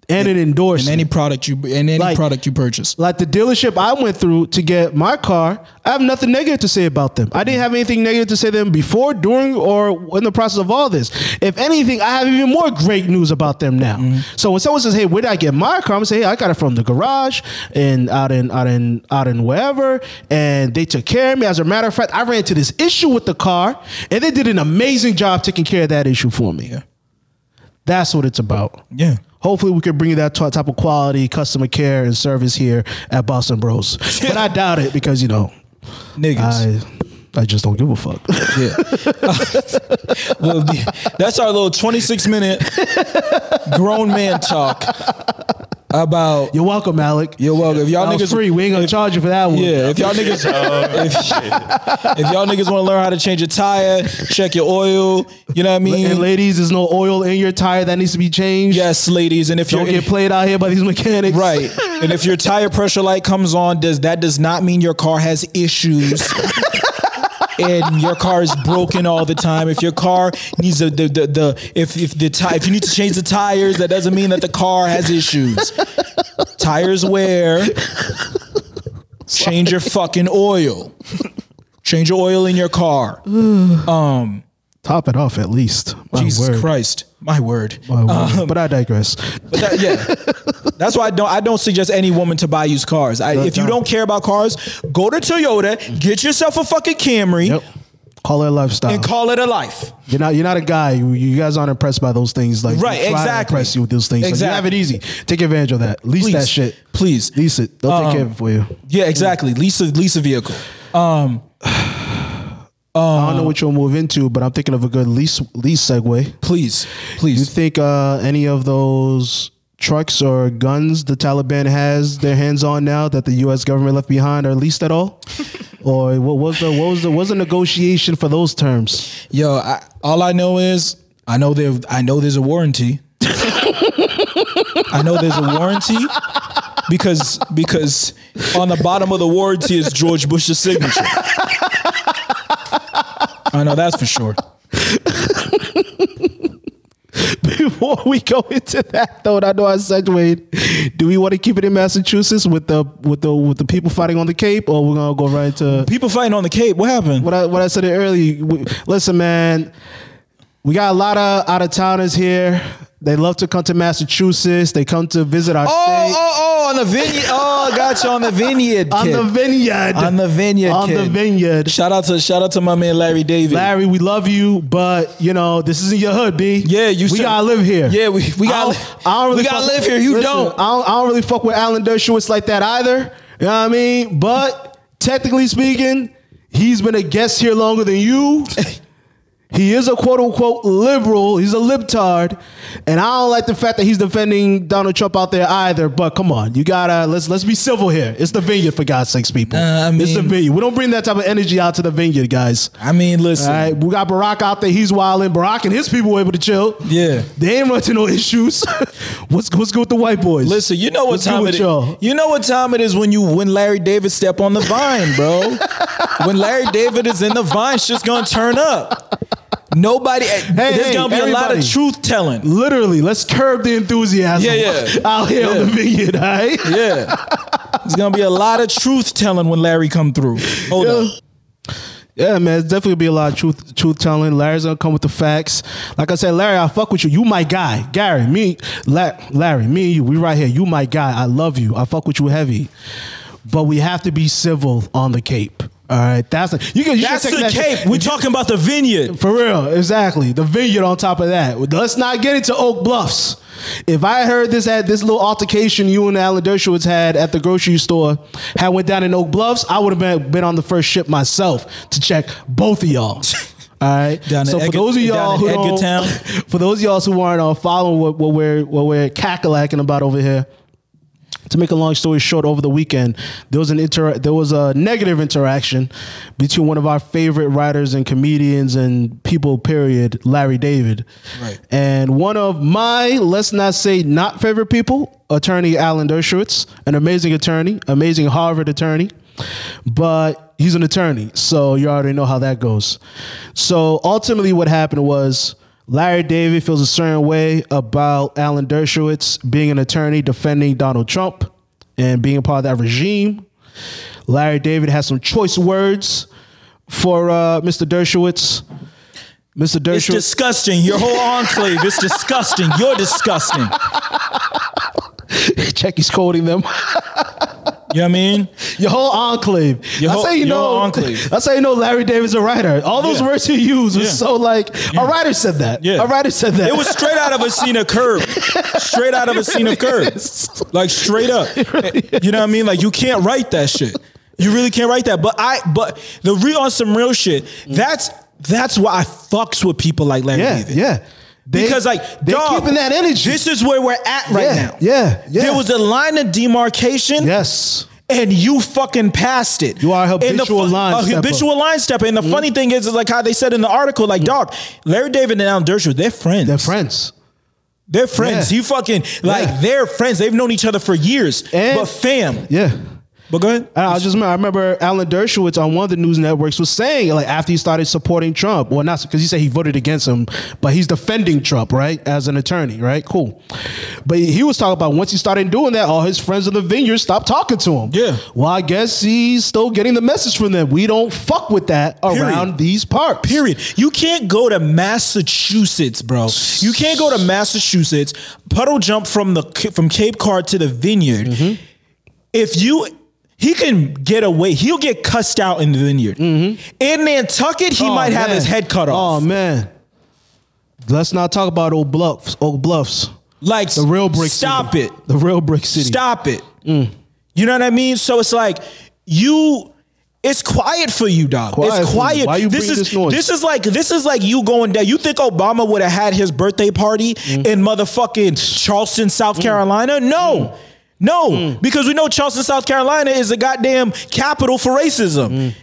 and an
and
endorsement.
any product you and any
Like-
product you purchase.
like the dealership I went through to get my car, I have nothing negative to say about them. I didn't have anything negative to say to them before, during, or in the process of all this. If anything, I have even more great news about them now. So when someone says, "Hey, where did I get my car?" I'm gonna say, "Hey, I got it from the garage and out in out in out in wherever, and they took care of me." As a matter of fact, I ran into this issue with the car, and they did an amazing job taking care of that issue for me.
Yeah.
That's what it's about.
Yeah.
Hopefully, we can bring you that t- type of quality customer care and service here at Boston Bros. But I doubt it because you know
Niggas.
I I just don't give a fuck.
Yeah. well, the- that's our little 26 minute grown man talk about.
You're welcome, Alec.
Yo, well, if y'all
That was
niggas
free. We ain't gonna charge you for that one.
Yeah, if y'all niggas if, if y'all niggas want to learn how to change a tire, check your oil. You know what I mean?
And ladies, there's no oil in your tire that needs to be changed.
yes, ladies. And if
Don't
you're
get played out here by these mechanics.
right, and if your tire pressure light comes on, does that does not mean your car has issues? And your car is broken all the time. If your car needs a, the, the the if if the ti- if you need to change the tires, that doesn't mean that the car has issues. Tires wear. Change your fucking oil. Change your oil in your car.
Top it off at least. My
Jesus
word.
Christ, Um, my word.
My word. but I digress.
But that- yeah, that's why I don't. I don't suggest any woman to buy used cars. I, if you
no.
don't care about cars, go to Toyota, get yourself a fucking Camry,
Yep. Call it a lifestyle.
and call it a life.
You're not you're not a guy. You, you guys aren't impressed by those things. Like
Right,
they try to
exactly.
impress you with those things. Like, you have it
Exactly.
easy. Take advantage of that. Lease
Please,
that shit. Mm.
please.
Lease it. They'll take
Um,
care of it for you.
Yeah, exactly. Lease a lease a vehicle.
I don't know what you'll move into, but I'm thinking of a good lease lease segue.
Please,
You
please.
think uh, any of those trucks or guns the Taliban has their hands on now that the U.S. government left behind are leased at all? or what was the what was the what was the negotiation for those terms?
Yo, I, all I know is I know there. I know there's a warranty. I know there's a warranty because because on the bottom of the warranty is George Bush's signature. I know that's for sure.
Before we go into that, though, and I know I segued. Do we want to keep it in Massachusetts with the with the with the people fighting on the Cape, or we're gonna go right to
People fighting on the Cape. What happened?
what I what I said earlier? We, listen, man, we got a lot of out of towners here. They love to come to Massachusetts. They come to visit our
Oh,
state
oh, oh, on the vineyard. Oh, gotcha, on the vineyard.
on
kid.
the vineyard.
on the vineyard.
On the
kid.
vineyard.
Shout out to shout out to my man Larry David.
Larry, we love you, but you know this isn't your hood, B.
Yeah, you.
We
should-
gotta live here.
Yeah, we, we gotta. we gotta
fuck-
live here. You
Listen,
don't.
I don't. I don't really fuck with Alan Dershowitz like that either. You know what I mean? But technically speaking, he's been a guest here longer than you. He is a quote unquote liberal. He's a libtard, and I don't like the fact that he's defending Donald Trump out there either. But come on, you gotta let's let's be civil here. It's the vineyard for God's sakes, people.
Nah, I
it's the
mean-
vineyard. We don't bring that type of energy out to the vineyard, guys.
I mean, listen.
All right, we got Barack out there. He's wilding. Barack and his people were able to chill.
Yeah.
they ain't running no issues. what's what's good with the white boys?
Listen, you know what
What's good
time
with
it is.
y'all?
You know what time it is when you when Larry David step on the vine, bro. when Larry David is in the vine, shit's gonna turn up. Nobody. there's
hey,
gonna be a lot of
everybody.
truth telling.
Literally, let's curb the enthusiasm.
Yeah, yeah.
out here on the vineyard. All right,
Yeah. There's gonna be a lot of truth telling when Larry come through. Hold
Yeah.
up.
Yeah, man, it's definitely be a lot of truth truth telling. Larry's gonna come with the facts. Like I said, Larry, I fuck with you. You my guy, Gary. Me, La- Larry, me and you. We right here. You my guy. I love you. I fuck with you heavy. But we have to be civil on the Cape. All right, that's the, you can. You
That's
should
the
take that-
Cape. We're talking about the vineyard.
for real, exactly. The vineyard on top of that. Let's not get into Oak Bluffs. If I heard this at this little altercation you and Alan Dershowitz had at the grocery store had went down in Oak Bluffs, I would have been, been on the first ship myself to check both of y'all. All right.
Down in
so for
Edgar-
those of y'all
down in
who don't-
Edgartown.
for those of y'all who aren't uh, following what, what we're what we're cackalaking about over here, to make a long story short, over the weekend there was an inter- there was a negative interaction between one of our favorite writers and comedians and people. Period, Larry David,
Right.
and one of my let's not say not favorite people, attorney Alan Dershowitz, an amazing attorney, amazing Harvard attorney, but he's an attorney, so you already know how that goes. So ultimately, what happened was. Larry David feels a certain way about Alan Dershowitz being an attorney defending Donald Trump and being a part of that regime. Larry David has some choice words for uh, Mr. Dershowitz. Mr.
It's
Dershowitz.
disgusting. Your whole enclave. It's disgusting. You're disgusting.
check he's quoting them.
You know what I mean?
Your whole enclave.
Your
I
whole-
say you
your whole
know.
enclave.
I say you know. Larry David's a writer. All those
Yeah.
words he used was
Yeah.
so like a writer said that.
Yeah.
A writer said that.
It was straight out of a scene of curb. Straight out of a scene of curb. Like straight up. You know what I mean? Like you can't write that shit. You really can't write that. But I but the real on some real shit, that's that's why I fucks with people like Larry
yeah,
David.
yeah. They-
because like
they're
dog,
keeping that energy.
This is where we're at right
Yeah,
now.
yeah, yeah.
There was a line of demarcation.
yes.
and you fucking passed it.
You are a
And the
habitual
fu-
line
a
stepper. Mm-hmm.
habitual line stepper. And the funny thing is, is like how they said in the article, like dog, Larry David and Alan Dershowitz, they're friends.
They're friends.
They're friends.
Yeah.
He fucking like
Yeah.
they're friends. They've known each other for years.
And-
but fam,
Yeah.
but go ahead.
I I was just I remember Alan Dershowitz on one of the news networks was saying like after he started supporting Trump, well not because he said he voted against him, but he's defending Trump right as an attorney, right? Cool. But he was talking about once he started doing that, all his friends in the vineyard stopped talking to him.
Yeah.
Well, I guess he's still getting the message from them. We don't fuck with that
Period.
around these parts.
Period. You can't go to Massachusetts, bro. You can't go to Massachusetts. Puddle jump from the from Cape Cod to the Vineyard.
Mm-hmm.
If you, he can get away. He'll get cussed out in the Vineyard. In Nantucket, he
Mm-hmm. Oh,
might have
man.
his head cut
Oh
off.
man. Let's not talk about old bluffs. Old bluffs.
like
The real brick
Stop
city.
it.
The real brick city.
Stop it.
Mm.
You know what I mean? So it's like you. It's quiet for you, dog.
Quiet for
it's
you.
quiet.
Why you
this
bring
is
this noise?
is like this is like you going down. You think Obama would have had his birthday party
Mm.
in motherfucking Charleston, South Carolina?
Mm.
No. No, because we know Charleston, South Carolina is a goddamn capital for racism.
Mm.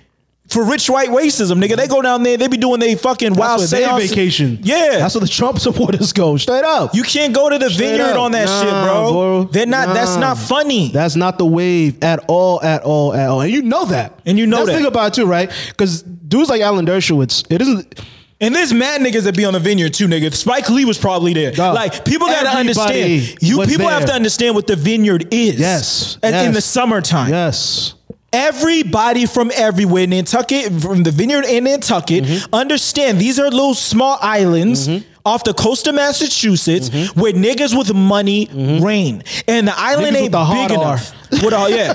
For rich white racism, nigga. They go down there, they be doing they fucking wild
That's where they
seances.
vacation.
Yeah.
That's where the Trump supporters go. Straight up.
You can't go to the
Straight
vineyard
up.
on that
Nah,
shit, bro.
bro.
They're not. That's
Nah.
not funny.
That's not the wave at all, at all, at all. And you know that.
And you know
That's the
that.
thing about it too, right? Because dudes like Alan Dershowitz, it isn't.
and there's mad niggas that be on the vineyard too, nigga. Spike Lee was probably there.
Dog,
like people gotta
everybody
understand. You
was
people have
there.
to understand what the vineyard is.
Yes,
At- In
yes.
the summertime.
Yes.
Everybody from everywhere, Nantucket, from the vineyard in Nantucket,
Mm-hmm.
understand these are little small islands off the coast of Massachusetts where niggas with money reign. And the
Mm-hmm. Niggas
island
with
ain't
the hard
big enough. With all, yeah.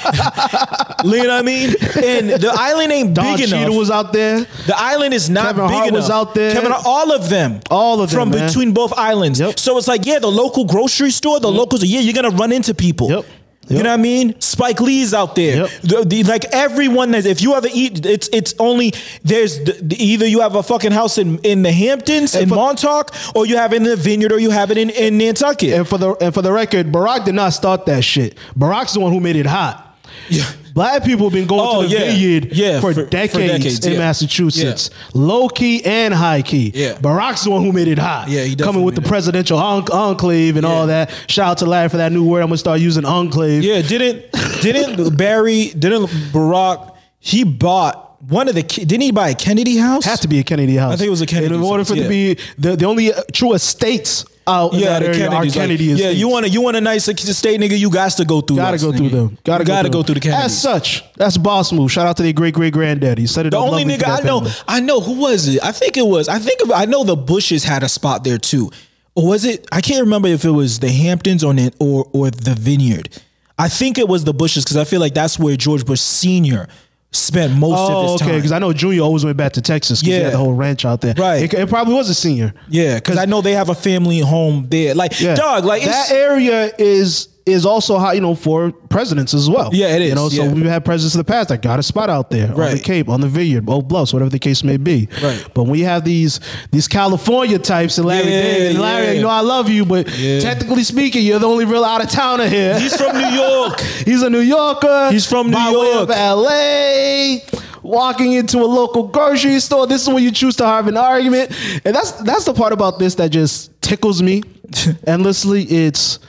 you know what I mean? And the island ain't
Don
big
Cheadle
enough.
was out there.
The island is not
Kevin
big
Hart
enough.
was out there.
Kevin, Hart- all of them,
All of them,
from
man.
between both islands.
Yep.
So it's like, yeah, the local grocery store, the locals, yeah, you're gonna run into people.
Yep.
You
Yep.
know what I mean? Spike Lee's out there.
Yep.
The- the- like everyone that's if you ever eat, it's it's only there's the, the- either you have a fucking house in, in the Hamptons in
for-
Montauk, or you have it in the Vineyard, or you have it in in Nantucket.
And for the and for the record, Barack did not start that shit. Barack's the one who made it hot.
Yeah.
Black people have been going
Oh,
to the
yeah.
vineyard
Yeah,
for,
for- for
decades
decades,
in
yeah.
Massachusetts, low key and high key.
Yeah.
Barack's the one who made it hot.
Yeah, he
coming
definitely
with the
made it.
presidential en- enclave and all that. Shout out to Larry for that new word. I'm gonna start using enclave.
Yeah, didn't didn't Barry didn't Barack he bought one of the Ke- didn't he buy a Kennedy house?
Had to be a Kennedy house.
I think it was a Kennedy
In order
house,
for it to
yeah.
be the, the only uh, true estates out. in
yeah,
that
the
area
Kennedys.
are
like,
Kennedy
yeah, you want to you want a nice state nigga? You got to go through.
Gotta
us,
go through
nigga.
them. Gotta,
You gotta go, through the Kennedys.
As such, that's boss move. Shout out to their great great granddaddy. Set it
The
up
only
lovely for
nigga
that
I know,
family.
I know who was it? I think it was. I think of, I know the Bushes had a spot there too. Or was it? I can't remember if it was the Hamptons on it or or the Vineyard. I think it was the Bushes because I feel like that's where George Bush Senior spent most
Oh,
of his
okay.
time.
Because I know Junior always went back to Texas. Yeah, he
Yeah.
had the whole ranch out there.
Right.
It, it probably was a senior.
yeah, because I know they have a family home there. Like
Yeah.
dog, like it's,
that area is is also how you know for presidents as well.
Yeah, it
You
is,
know, so
yeah.
we've had presidents in the past that got a spot out there on the
Right.
Cape, on the Vineyard, both bluffs, whatever the case may be.
Right.
But when you have these these California types and Larry
Yeah,
David, and Larry,
yeah.
you know, I love you, but
Yeah.
technically speaking, you're the only real out of towner here.
he's from New York.
He's a New Yorker.
He's from New
by
York.
Way of LA. Walking into a local grocery store. This is when you choose to have an argument. And that's that's the part about this that just tickles me endlessly. It's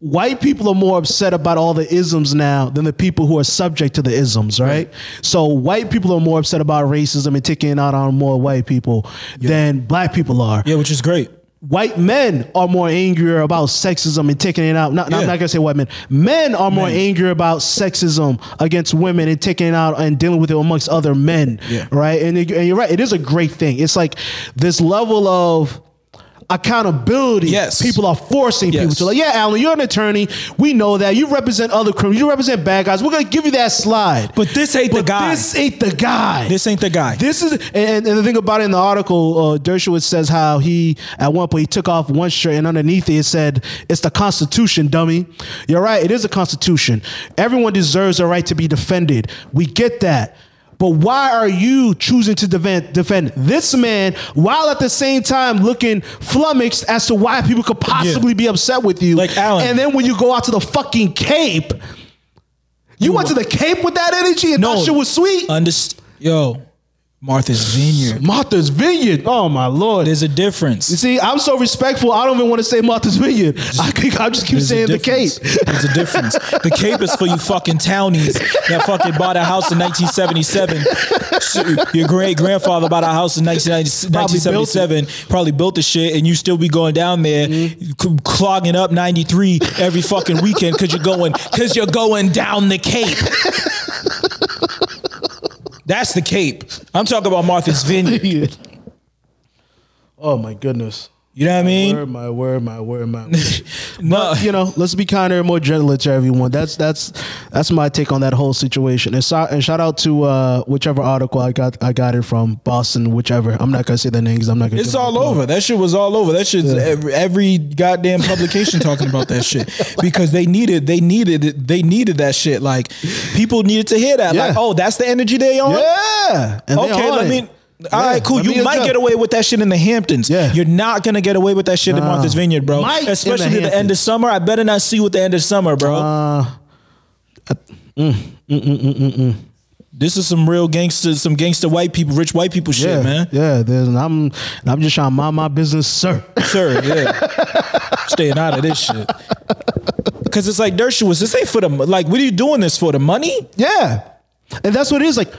white people are more upset about all the isms now than the people who are subject to the isms, right? So white people are more upset about racism and taking it out on more white people than black people are
Yeah, which is great.
white men are more angrier about sexism and taking it out. Not,
Yeah.
I'm not gonna say white men. Men are more
Men.
angrier about sexism against women and taking it out and dealing with it amongst other men.
Yeah.
Right. And, you- and you're right. It is a great thing. It's like this level of accountability
Yes.
people are forcing people
Yes.
to like yeah alan you're an attorney we know that you represent other criminals you represent bad guys we're gonna give you that slide
But this ain't the
but
guy.
this ain't the guy
This ain't the guy.
this is and, and the thing about it in the article, uh, Dershowitz says how he at one point he took off one shirt and underneath it, it said, "It's the Constitution, dummy." You're right. It is the Constitution. Everyone deserves a right to be defended. We get that. But why are you choosing to defend, defend this man while at the same time looking flummoxed as to why people could possibly be upset with you?
Like Alan.
And then when you go out to the fucking Cape, you went to the Cape with that energy and that shit was sweet.
Underst- Yo, Martha's Vineyard.
Martha's Vineyard. Oh my lord.
There's a difference.
you see, I'm so respectful. I don't even want to say Martha's Vineyard. I, could, I just keep
There's a
saying the Cape.
difference. There's a difference. The Cape is for you fucking townies that fucking bought a house in 1977. So Your great grandfather bought a house in 1990
Probably built
1977, probably built the shit, and you still be going down there
Mm-hmm.
c- clogging up 93 every fucking weekend because you're going because you're going down the Cape. That's the Cape. I'm talking about Martha's Vineyard.
Vineyard. Oh my goodness.
You know what I mean?
Word, my word, my word, my word.
No,
you know, let's be kinder and more gentle to everyone. That's that's that's my take on that whole situation. And, so, and shout out to uh, whichever article I got I got it from Boston, whichever. I'm not gonna say their name because I'm not gonna.
It's
give them
all
a plug.
over. That shit was all over. That shit's every, every goddamn publication talking about that shit because they needed, they needed, it- they needed that shit. Like people needed to hear that.
Yeah.
Like, oh, that's the energy they on.
Yeah. And they
Okay,
on
let
it.
me. All
Yeah,
right, cool.
let me
You might
adjust.
get away with that shit in the Hamptons.
Yeah.
You're not gonna get away with that shit in Martha's Vineyard, bro.
Might in the
Especially at the end of
Hamptons.
summer. I better not see you at the end of summer, bro.
Uh, mm,
This is some real gangster, some gangster white people, rich white people shit,
Yeah,
man.
Yeah, there's and I'm and I'm just trying to mind my business, sir.
sir. Yeah, staying out of this shit. Because it's like Dershowitz, this ain't for the mo- like. What are you doing this for? The money?
Yeah, and that's what it is like,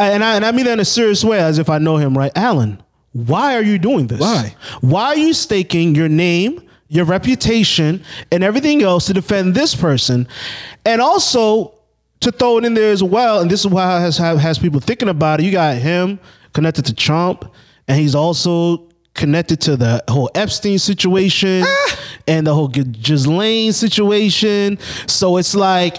and I and I mean that in a serious way, as if I know him, right, Alan? Why are you doing this?
Why?
Why are you staking your name, your reputation, and everything else to defend this person, and also to throw it in there as well? And this is why has have, has people thinking about it. You got him connected to Trump, and he's also connected to the whole Epstein situation and the whole G- Ghislaine situation. So it's like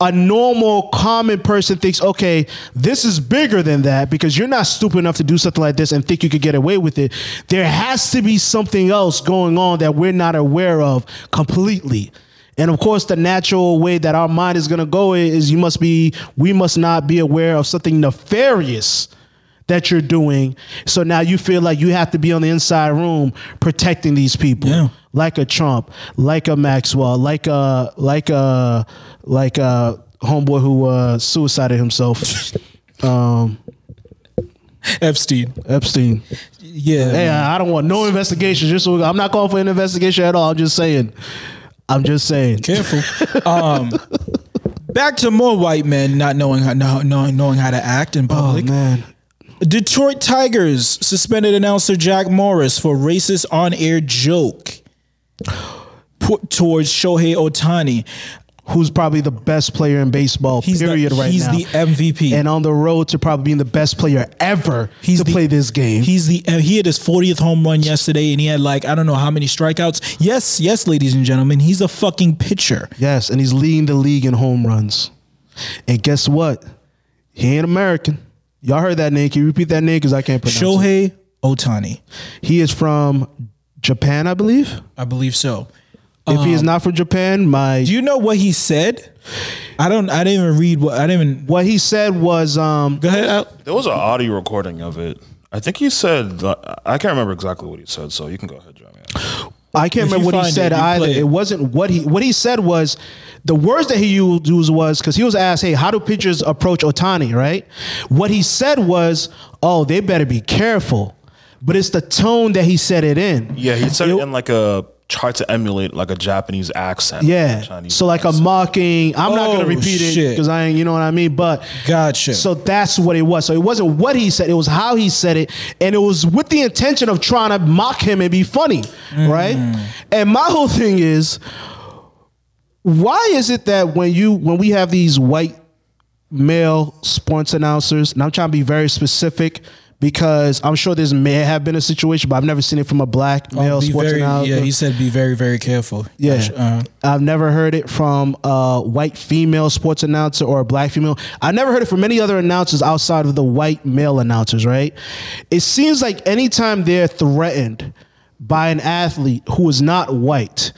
a normal common person thinks, okay, this is bigger than that because you're not stupid enough to do something like this and think you could get away with it. There has to be something else going on that we're not aware of completely. And of course, the natural way that our mind is going to go is you must be, we must not be aware of something nefarious that you're doing. So now you feel like you have to be on the inside room protecting these people
Yeah.
like a Trump, like a Maxwell, like a like a like a homeboy who uh, suicided himself, um,
Epstein.
Epstein.
Yeah.
Hey,
man.
I I don't want no investigation. Just so I'm not calling for an investigation at all. I'm just saying. I'm just saying.
Careful. Um, back to more white men not knowing how, not knowing, knowing how to act in
Oh
public.
man.
Detroit Tigers suspended announcer Jack Morris for racist on-air joke put towards Shohei Otani.
who's probably the best player in baseball,
He's the-
period, right
he's
now.
the MVP.
And on the road to probably being the best player ever to
the-
play this game.
He's the uh, he had his 40th home run yesterday, and he had like I don't know how many strikeouts. Yes, yes, ladies and gentlemen, he's a fucking pitcher.
yes, and he's leading the league in home runs. And guess what? He ain't American. Y'all heard that name. Can you repeat that name? Because I can't pronounce it.
Shohei Otani,
He is from Japan, I believe.
I believe so.
if he is not from Japan, my
Um, Do you know what he said? I don't. I didn't even read what I didn't even.
what he said was um
Go ahead. Al.
There was an audio recording of it. I think he said, uh, I can't remember exactly what he said, so you can go ahead, Jeremy.
I can't
If
remember
you
what he
find
said
it, you
either.
play
It.
it.
wasn't what he what he said was the words that he used was because he was asked, "Hey, how do pitchers approach Otani?" Right? What he said was, "Oh, they better be careful." But it's the tone that he said it in.
Yeah, he said it in like a tried to emulate like a Japanese accent.
Yeah.
Chinese
so like a
accent.
mocking. I'm not gonna
Oh,
repeat it
shit.
because I ain't. You know what I mean? But
Gotcha.
So that's what it was. So it wasn't what he said, it was how he said it. And it was with the intention of trying to mock him and be funny,
Mm.
right? And my whole thing is why is it that when you when we have these white male sports announcers, and I'm trying to be very specific because I'm sure this may have been a situation, but I've never seen it from a black male
Oh, be
sports
very,
announcer.
yeah, he said be very, very careful.
Yeah.
Uh,
I've never heard it from a white female sports announcer or a black female. I never heard it from any other announcers outside of the white male announcers, right? It seems like anytime they're threatened by an athlete who is not white,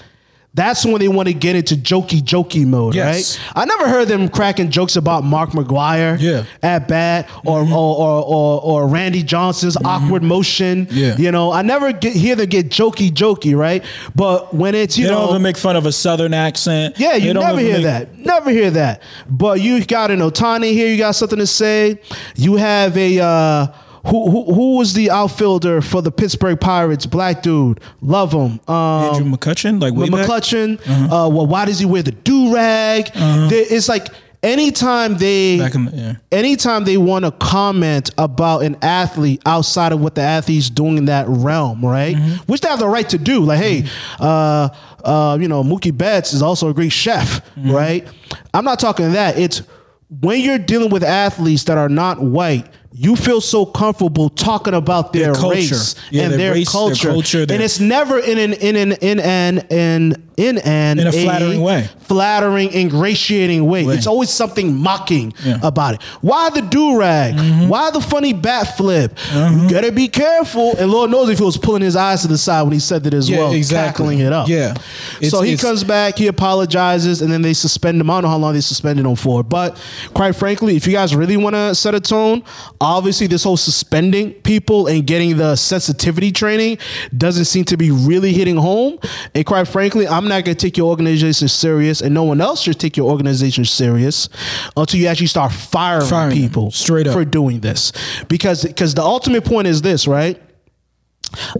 that's when they want to get into jokey jokey mode,
Yes.
right? I never heard them cracking jokes about Mark McGuire
Yeah. Mm-hmm.
at bat or, or, or, or, or Randy Johnson's awkward motion.
Yeah.
You know, I never get, hear them get jokey jokey, right? But when it's, you
they
know,
don't even make fun of a southern accent.
yeah, you
They don't
never
even
hear
make-
that. Never hear that. But you got an Otani here. You got something to say. You have a uh, who, who who was the outfielder for the Pittsburgh Pirates? Black dude, love him. Um,
Andrew McCutcheon, like way back?
McCutcheon.
uh-huh.
Uh, well, why does he wear the do rag? It's like anytime they
Back in the- yeah.
anytime they want to comment about an athlete outside of what the athlete's doing in that realm, right?
Mm-hmm.
Which they have the right to do. Like, hey, uh, uh, you know, Mookie Betts is also a great chef,
Mm-hmm.
right? I'm not talking that. It's when you're dealing with athletes that are not white. You feel so comfortable talking about their,
culture.
race
Yeah,
and
their
their,
race, their
culture,
culture,
and
their-
it's never in an in an in an in in an
In a flattering way.
flattering, ingratiating way.
Way.
It's always something mocking
Yeah. Mm-hmm.
about it. Why the do rag? Why the funny bat flip? You gotta be careful. And Lord knows if he was pulling his eyes to the side when he said that as
Yeah,
well,
exactly.
cackling it up.
Yeah.
so
It's-
he
it's-
comes back, he apologizes, and then they suspend him. I don't know how long they suspended him for. But quite frankly, if you guys really want to set a tone, obviously this whole suspending people and getting the sensitivity training doesn't seem to be really hitting home. And quite frankly, I'm not going to take your organization serious, and no one else should take your organization serious until you actually start firing,
Firing them,
people
straight up.
for doing this. Because because the ultimate point is this, right?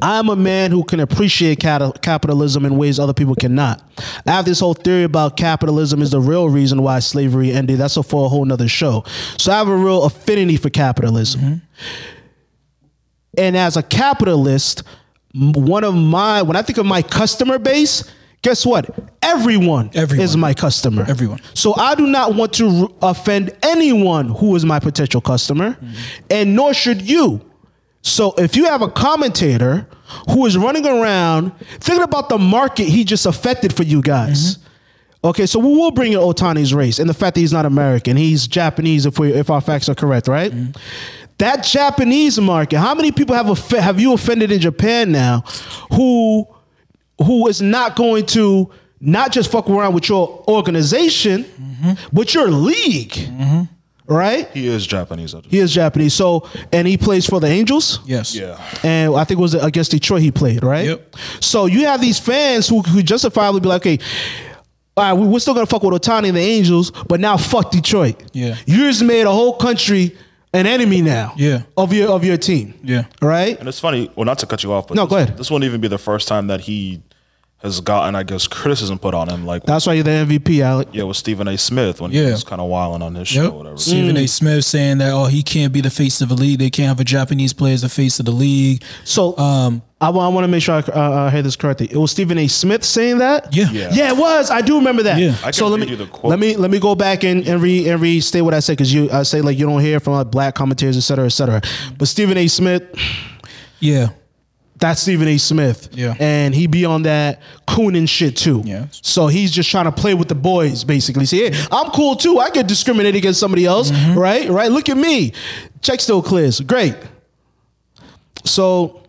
I'm a man who can appreciate cat- capitalism in ways other people cannot. I have this whole theory about capitalism is the real reason why slavery ended. That's a for a whole nother show. So I have a real affinity for capitalism. And as a capitalist, m- one of my when I think of my customer base, guess what? Everyone,
Everyone.
is my customer.
Everyone.
So I do not want to r- offend anyone who is my potential customer, and nor should you. So if you have a commentator who is running around thinking about the market he just affected for you guys. Okay, so we will bring in Otani's race and the fact that he's not American. He's Japanese, if we if our facts are correct, right? That Japanese market. How many people have off- have you offended in Japan now, who who is not going to not just fuck around with your organization, but your league, right?
He is Japanese. I just-
He is Japanese, so and he plays for the Angels
Yes.
yeah.
and I think it was against Detroit he played, right?
Yep.
So you have these fans who, who justifiably be like, okay, all right, we- we're still gonna fuck with Otani and the Angels, but now fuck Detroit.
Yeah.
You just made a whole country an enemy now.
Yeah.
Of your of your team.
Yeah.
Right?
And it's funny, well, not to cut you off, but
No,
this,
go ahead.
this wouldn't even be the first time that he has gotten, I guess, criticism put on him. Like,
That's why you're the MVP, Alec.
yeah, with Stephen A. Smith when
Yeah.
he was kind of wilding on his show,
Yep.
or whatever.
Stephen A. Smith saying that oh he can't be the face of the league. They can't have a Japanese player as the face of the league.
So um, I, want to make sure I uh, uh, hear this correctly. It was Stephen A. Smith saying that.
Yeah.
Yeah.
yeah, it was. I do remember that.
Yeah.
I
so
can
let
read
me
you the quote.
let me let me go back and and re and restate what I said because you I say like you don't hear from like black commentators, et cetera, et cetera. But Stephen A. Smith,
Yeah.
that's Stephen A. Smith.
Yeah.
and he be on that cooning shit too.
Yes.
So he's just trying to play with the boys, basically. Say, hey, I'm cool too. I get discriminated against somebody else,
Mm-hmm.
right? Right? Look at me. Check still clears. Great. So,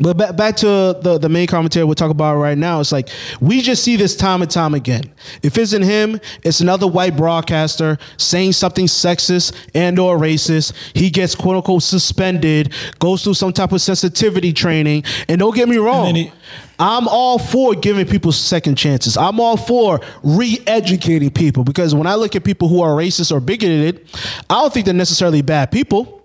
but back, back to the, the main commentary we're talking about right now. It's like we just see this time and time again. If it's not him, it's another white broadcaster saying something sexist and or racist. He gets quote unquote suspended, goes through some type of sensitivity training. And don't get me wrong.
then he-
I'm all for giving people second chances. I'm all for re-educating people because when I look at people who are racist or bigoted, I don't think they're necessarily bad people.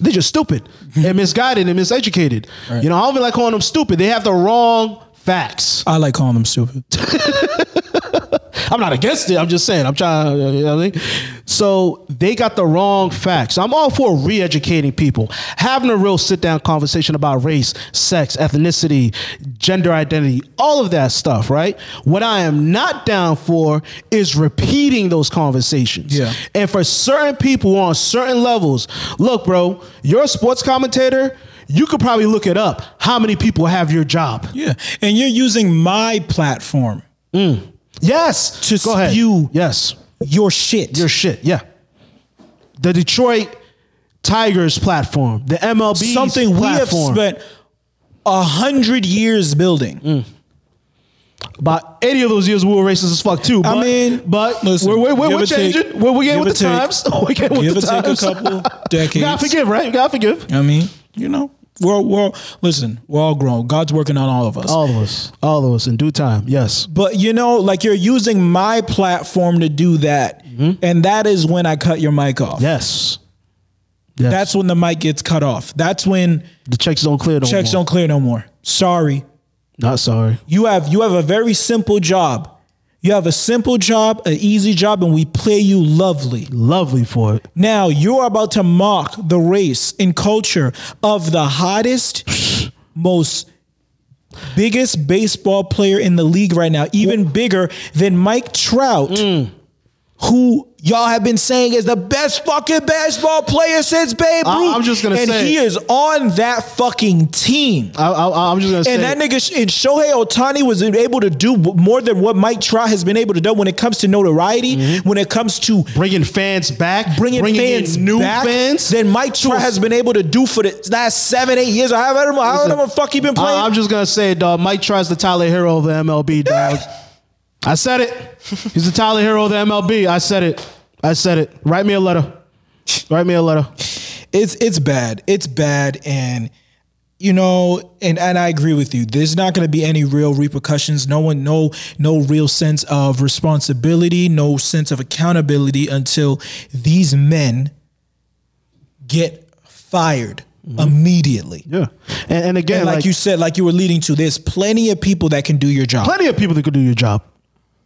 They're just stupid and misguided and miseducated. You know, I don't even like calling them stupid. They have the wrong facts.
I like calling them stupid.
I'm not against it. I'm just saying. I'm trying. You know what I mean? So they got the wrong facts. I'm all for re-educating people, having a real sit-down conversation about race, sex, ethnicity, gender identity, all of that stuff. Right? What I am not down for is repeating those conversations.
Yeah.
And for certain people on certain levels, look, bro, you're a sports commentator. You could probably look it up. How many people have your job?
Yeah. And you're using my platform,
Yes.
To
Go ahead.
spew-
Yes.
your shit.
your shit. Yeah. The Detroit Tigers platform, the MLB
something we have
platform,
spent a hundred years building.
Mm. About eighty of those years, we were racist as fuck too. But,
mean,
but
listen,
we're, we're,
give
we're,
or
we're
take-
changing. we're, we're getting
give
with the
or take-
times. We're getting with
Give
the
or take a
times.
couple
You gotta
decades.
forgive, right? You gotta forgive.
I mean, you know, we're we're listen, we're all grown. God's working on all of us.
All of us, all of us, in due time. Yes.
But you know, like you're using my platform to do that,
Mm-hmm.
and that is when I cut your mic off.
Yes. Yes.
That's when the mic gets cut off. That's when
the checks don't clear. No
checks
more.
don't clear no more. Sorry.
Not sorry.
You have you have a very simple job. You have a simple job, an easy job, and we play you lovely.
Lovely for it.
Now you're about to mock the race and culture of the hottest, most biggest baseball player in the league right now, even bigger than Mike Trout, who y'all have been saying is the best fucking basketball player since Babe Ruth.
I- I'm just gonna
and
say-
he is on that fucking team.
I, I, I'm just gonna say.
And that nigga sh- and Shohei Otani was able to do w- more than what Mike Trout has been able to do when it comes to notoriety,
Mm-hmm.
when it comes to
bringing fans back,
bringing,
in
fans
new
back
fans.
than Mike Trout has been able to do for the last seven, eight years. Or however, however the fuck he been playing.
I, am just gonna say, dog. Mike tries the Tyler Hero of the MLB, dog. I said it. He's the Tyler Hero of the MLB. I said it. I said it. Write me a letter. Write me a letter.
it's it's bad. It's bad, and you know, and and I agree with you. There's not going to be any real repercussions. No one, no no real sense of responsibility, no sense of accountability until these men get fired immediately.
Yeah. And, and again,
And Mm-hmm. like,
like,
you said, like you were leading to, there's plenty of people that can do your job.
plenty of people that could do your job.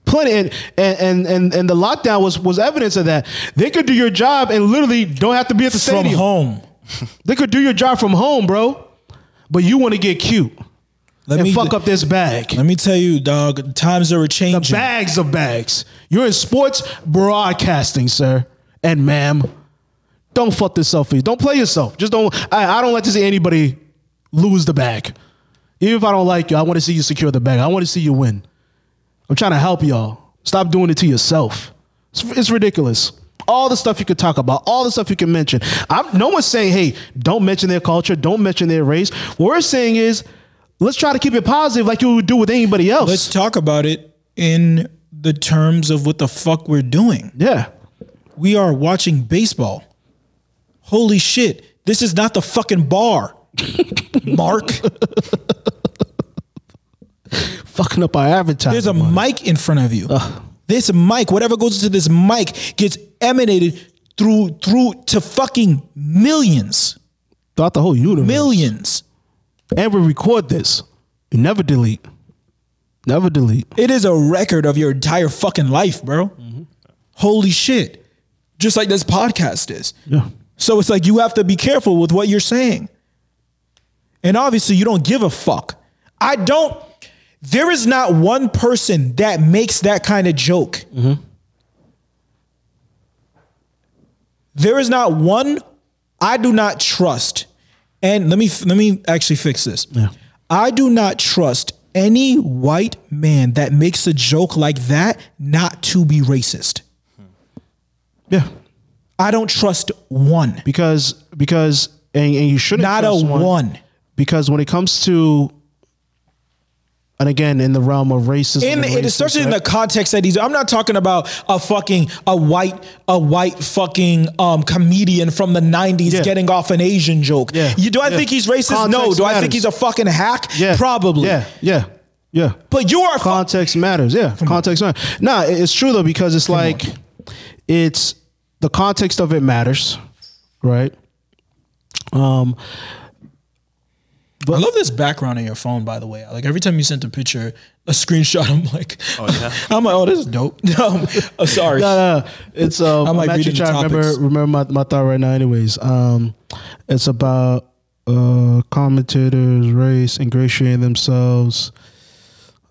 Plenty and and and and, and the lockdown was was evidence of that. They could do your job and literally don't have to be at the
from
stadium.
home.
They could do your job from home, bro. But you want to get cute
Let
and fuck up this bag.
Let me tell you, dog. Times are
The
changing.
bags of bags. You're in sports broadcasting, sir and ma'am. Don't fuck this up for you. Don't play yourself. Just don't. I, I don't like to see anybody lose the bag. Even if I don't like you, I want to see you secure the bag. I want to see you win. I'm trying to help y'all. Stop doing it to yourself. It's, it's ridiculous. All the stuff you could talk about, all the stuff you can mention. I'm, no one's saying, hey, don't mention their culture, don't mention their race. What we're saying is, let's try to keep it positive like you would do with anybody else.
Let's talk about it in the terms of what the fuck we're doing.
yeah.
We are watching baseball. Holy shit! This is not the fucking bar, Mark.
fucking up our advertising.
There's a
money.
mic in front of you. This mic, whatever goes into this mic, gets emanated through through to fucking millions,
throughout the whole universe.
millions.
And we record this. You never delete. Never delete.
It is a record of your entire fucking life, bro.
Mm-hmm.
Holy shit. Just like this podcast is.
Yeah.
So it's like you have to be careful with what you're saying. And obviously, you don't give a fuck. I don't. There is not one person that makes that kind of joke. There is not one I do not trust. And let me let me actually fix this.
Yeah.
I do not trust any white man that makes a joke like that not to be racist.
Yeah.
I don't trust one.
Because because and, and you shouldn't
Not a
trust
one.
because when it comes to and again in the realm of racism
in
and
it,
racism,
especially in
right?
the context that he's. I'm not talking about a fucking a white a white fucking um, comedian from the '90s
Yeah.
getting off an Asian joke.
Yeah.
You, do I
Yeah.
think he's racist? no.
Context
Do I
matters.
think he's a fucking hack?
yeah,
Probably.
yeah yeah yeah
But you are. fu-
context matters yeah context matters nah it- it's true though because it's like it's the context of it matters right um
I love this background on your phone, by the way. Like every time you sent a picture, a screenshot, I'm like, I'm like, oh, this is dope. um, oh, sorry.
no, no. It's um,
I'm,
I'm,
like,
actually
reading
trying to
topics.
remember remember my, my thought right now. Anyways, um, it's about uh, commentators race ingratiating themselves.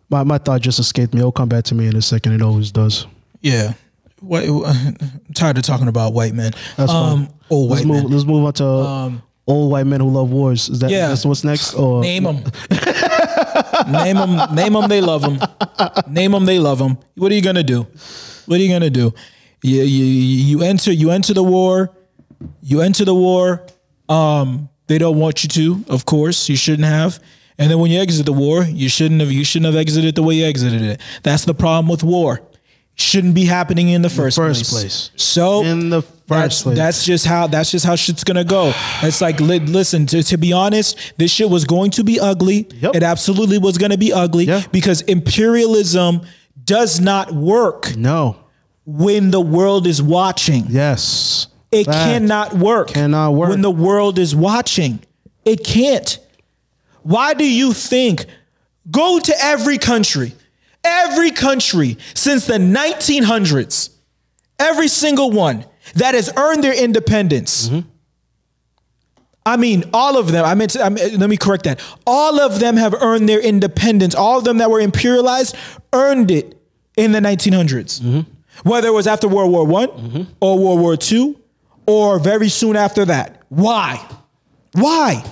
My my thought just escaped me. It'll come back to me in a second. It always does.
Yeah. What, I'm tired of talking about white men.
That's
um,
fine.
Old
Let's
white
move.
men.
Let's move on to
Um,
old white men who love wars. Is that
Yeah.
that's what's next? Or
Name them. name them. Name them. They love them. Name them. They love them. What are you gonna do? What are you gonna do? You, you you enter you enter the war. You enter the war. Um, they don't want you to. Of course, you shouldn't have. And then when you exit the war, you shouldn't have. You shouldn't have exited the way you exited it. That's the problem with war. Shouldn't be happening in the first,
first place.
place. So
in the first
that's,
place.
that's just how that's just how shit's gonna go. It's like li- listen to, to be honest, this shit was going to be ugly.
Yep.
It absolutely was gonna be ugly
Yeah.
because imperialism does not work
no.
when the world is watching.
Yes.
It
Facts.
cannot work.
Cannot work.
When the world is watching. It can't. Why do you think? Go to every country, every country since the 1900s, every single one that has earned their independence.
Mm-hmm.
I mean, all of them. I meant. To, I mean, let me correct that. All of them have earned their independence. All of them that were imperialized earned it in the 1900s. Whether it was after World War One
Mm-hmm.
or World War Two, or very soon after that. Why? Why?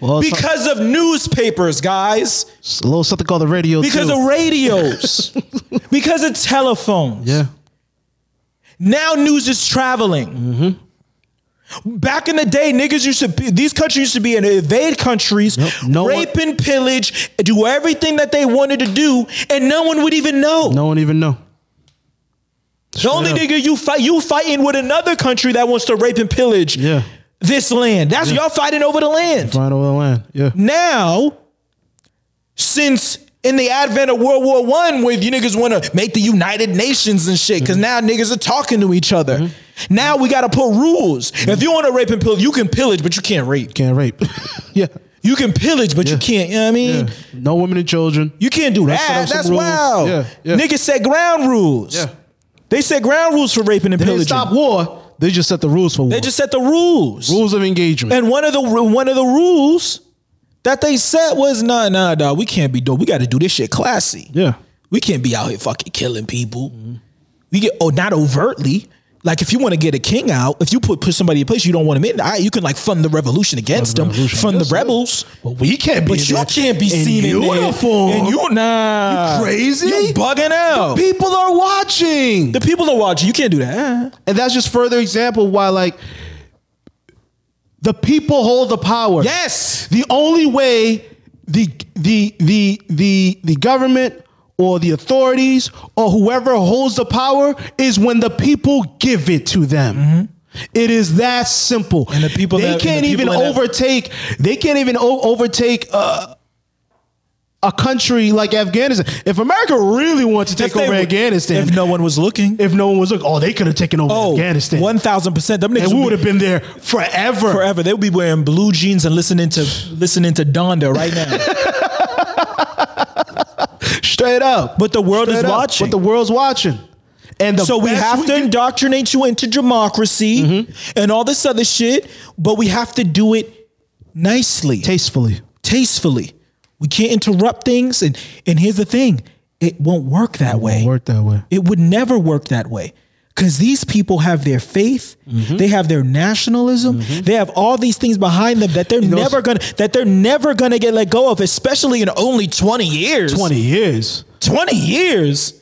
Well, it's
Because of newspapers, guys.
a little something called the radio.
Because
too.
of radios. because of telephones.
yeah.
Now news is traveling.
Mm-hmm.
Back in the day, niggas used to be, these countries used to be in invade countries,
Yep. No one-
rape and pillage, do everything that they wanted to do, and no one would even know.
No one even know.
the only
up.
nigga you fight, you fighting with another country that wants to rape and pillage
Yeah.
this land. That's y'all fighting over the land.
Flying over the land. Yeah.
now since in the advent of World War One, where you niggas want to make the United Nations and shit,
Mm-hmm.
because now niggas are talking to each other. Now we got to put rules.
Mm-hmm.
If you want to rape and pillage, you can pillage, but you can't rape.
Can't rape. yeah.
You can pillage, but you can't. You know what I mean?
Yeah. No women and children.
You can't do
Let's set
that.
up some
That's
rules.
wild.
Yeah, yeah.
Niggas set ground rules.
Yeah.
They set ground rules for raping and
They didn't
pillaging.
stop war. They just set the rules for war.
They just set the rules.
rules of engagement.
And one of the one of the rules that they set was nah, nah, nah. We can't be dope. We got to do this shit classy.
yeah.
We can't be out here fucking killing people. We get oh not overtly. Like if you want to get a king out, if you put put somebody in place, you don't want him in. All right, you can like fund the revolution against them,
revolution
fund
against
the rebels.
Well, we can't
But you can't be
in
seen in there.
uniform.
And you nah,
You crazy?
You bugging out.
People are watching,
The people are watching. You can't do that.
and that's just further example why like the people hold the power.
Yes.
The only way the the the the the government or the authorities or whoever holds the power is when the people give it to them. It is that simple.
Mm-hmm. And the people
they
that- and the
can't even
people in that-
overtake. They can't even o- overtake. Uh, a country like Afghanistan. If America really wanted to take
they
over
would-
Afghanistan,
If no one was looking.
if no one was looking, oh, they could have taken over
Oh,
Afghanistan.
1000%. Them niggas
and we would
would be
have been there forever.
forever. They'll be wearing blue jeans and listening to listening to Donda right now.
Straight up.
But the world
Straight
is
up.
watching.
But the world's watching. And the
So we
best
have to
can-
indoctrinate you into democracy
Mm-hmm.
and all this other shit, but we have to do it nicely,
tastefully.
tastefully. We can't interrupt things. And and here's the thing, it won't work that way.
Work that way.
It would never work that way. Because these people have their faith,
Mm-hmm.
they have their nationalism, they have all these things behind them that they're
know,
never gonna that they're never gonna get let go of, especially in only 20 years.
20 years.
20 years.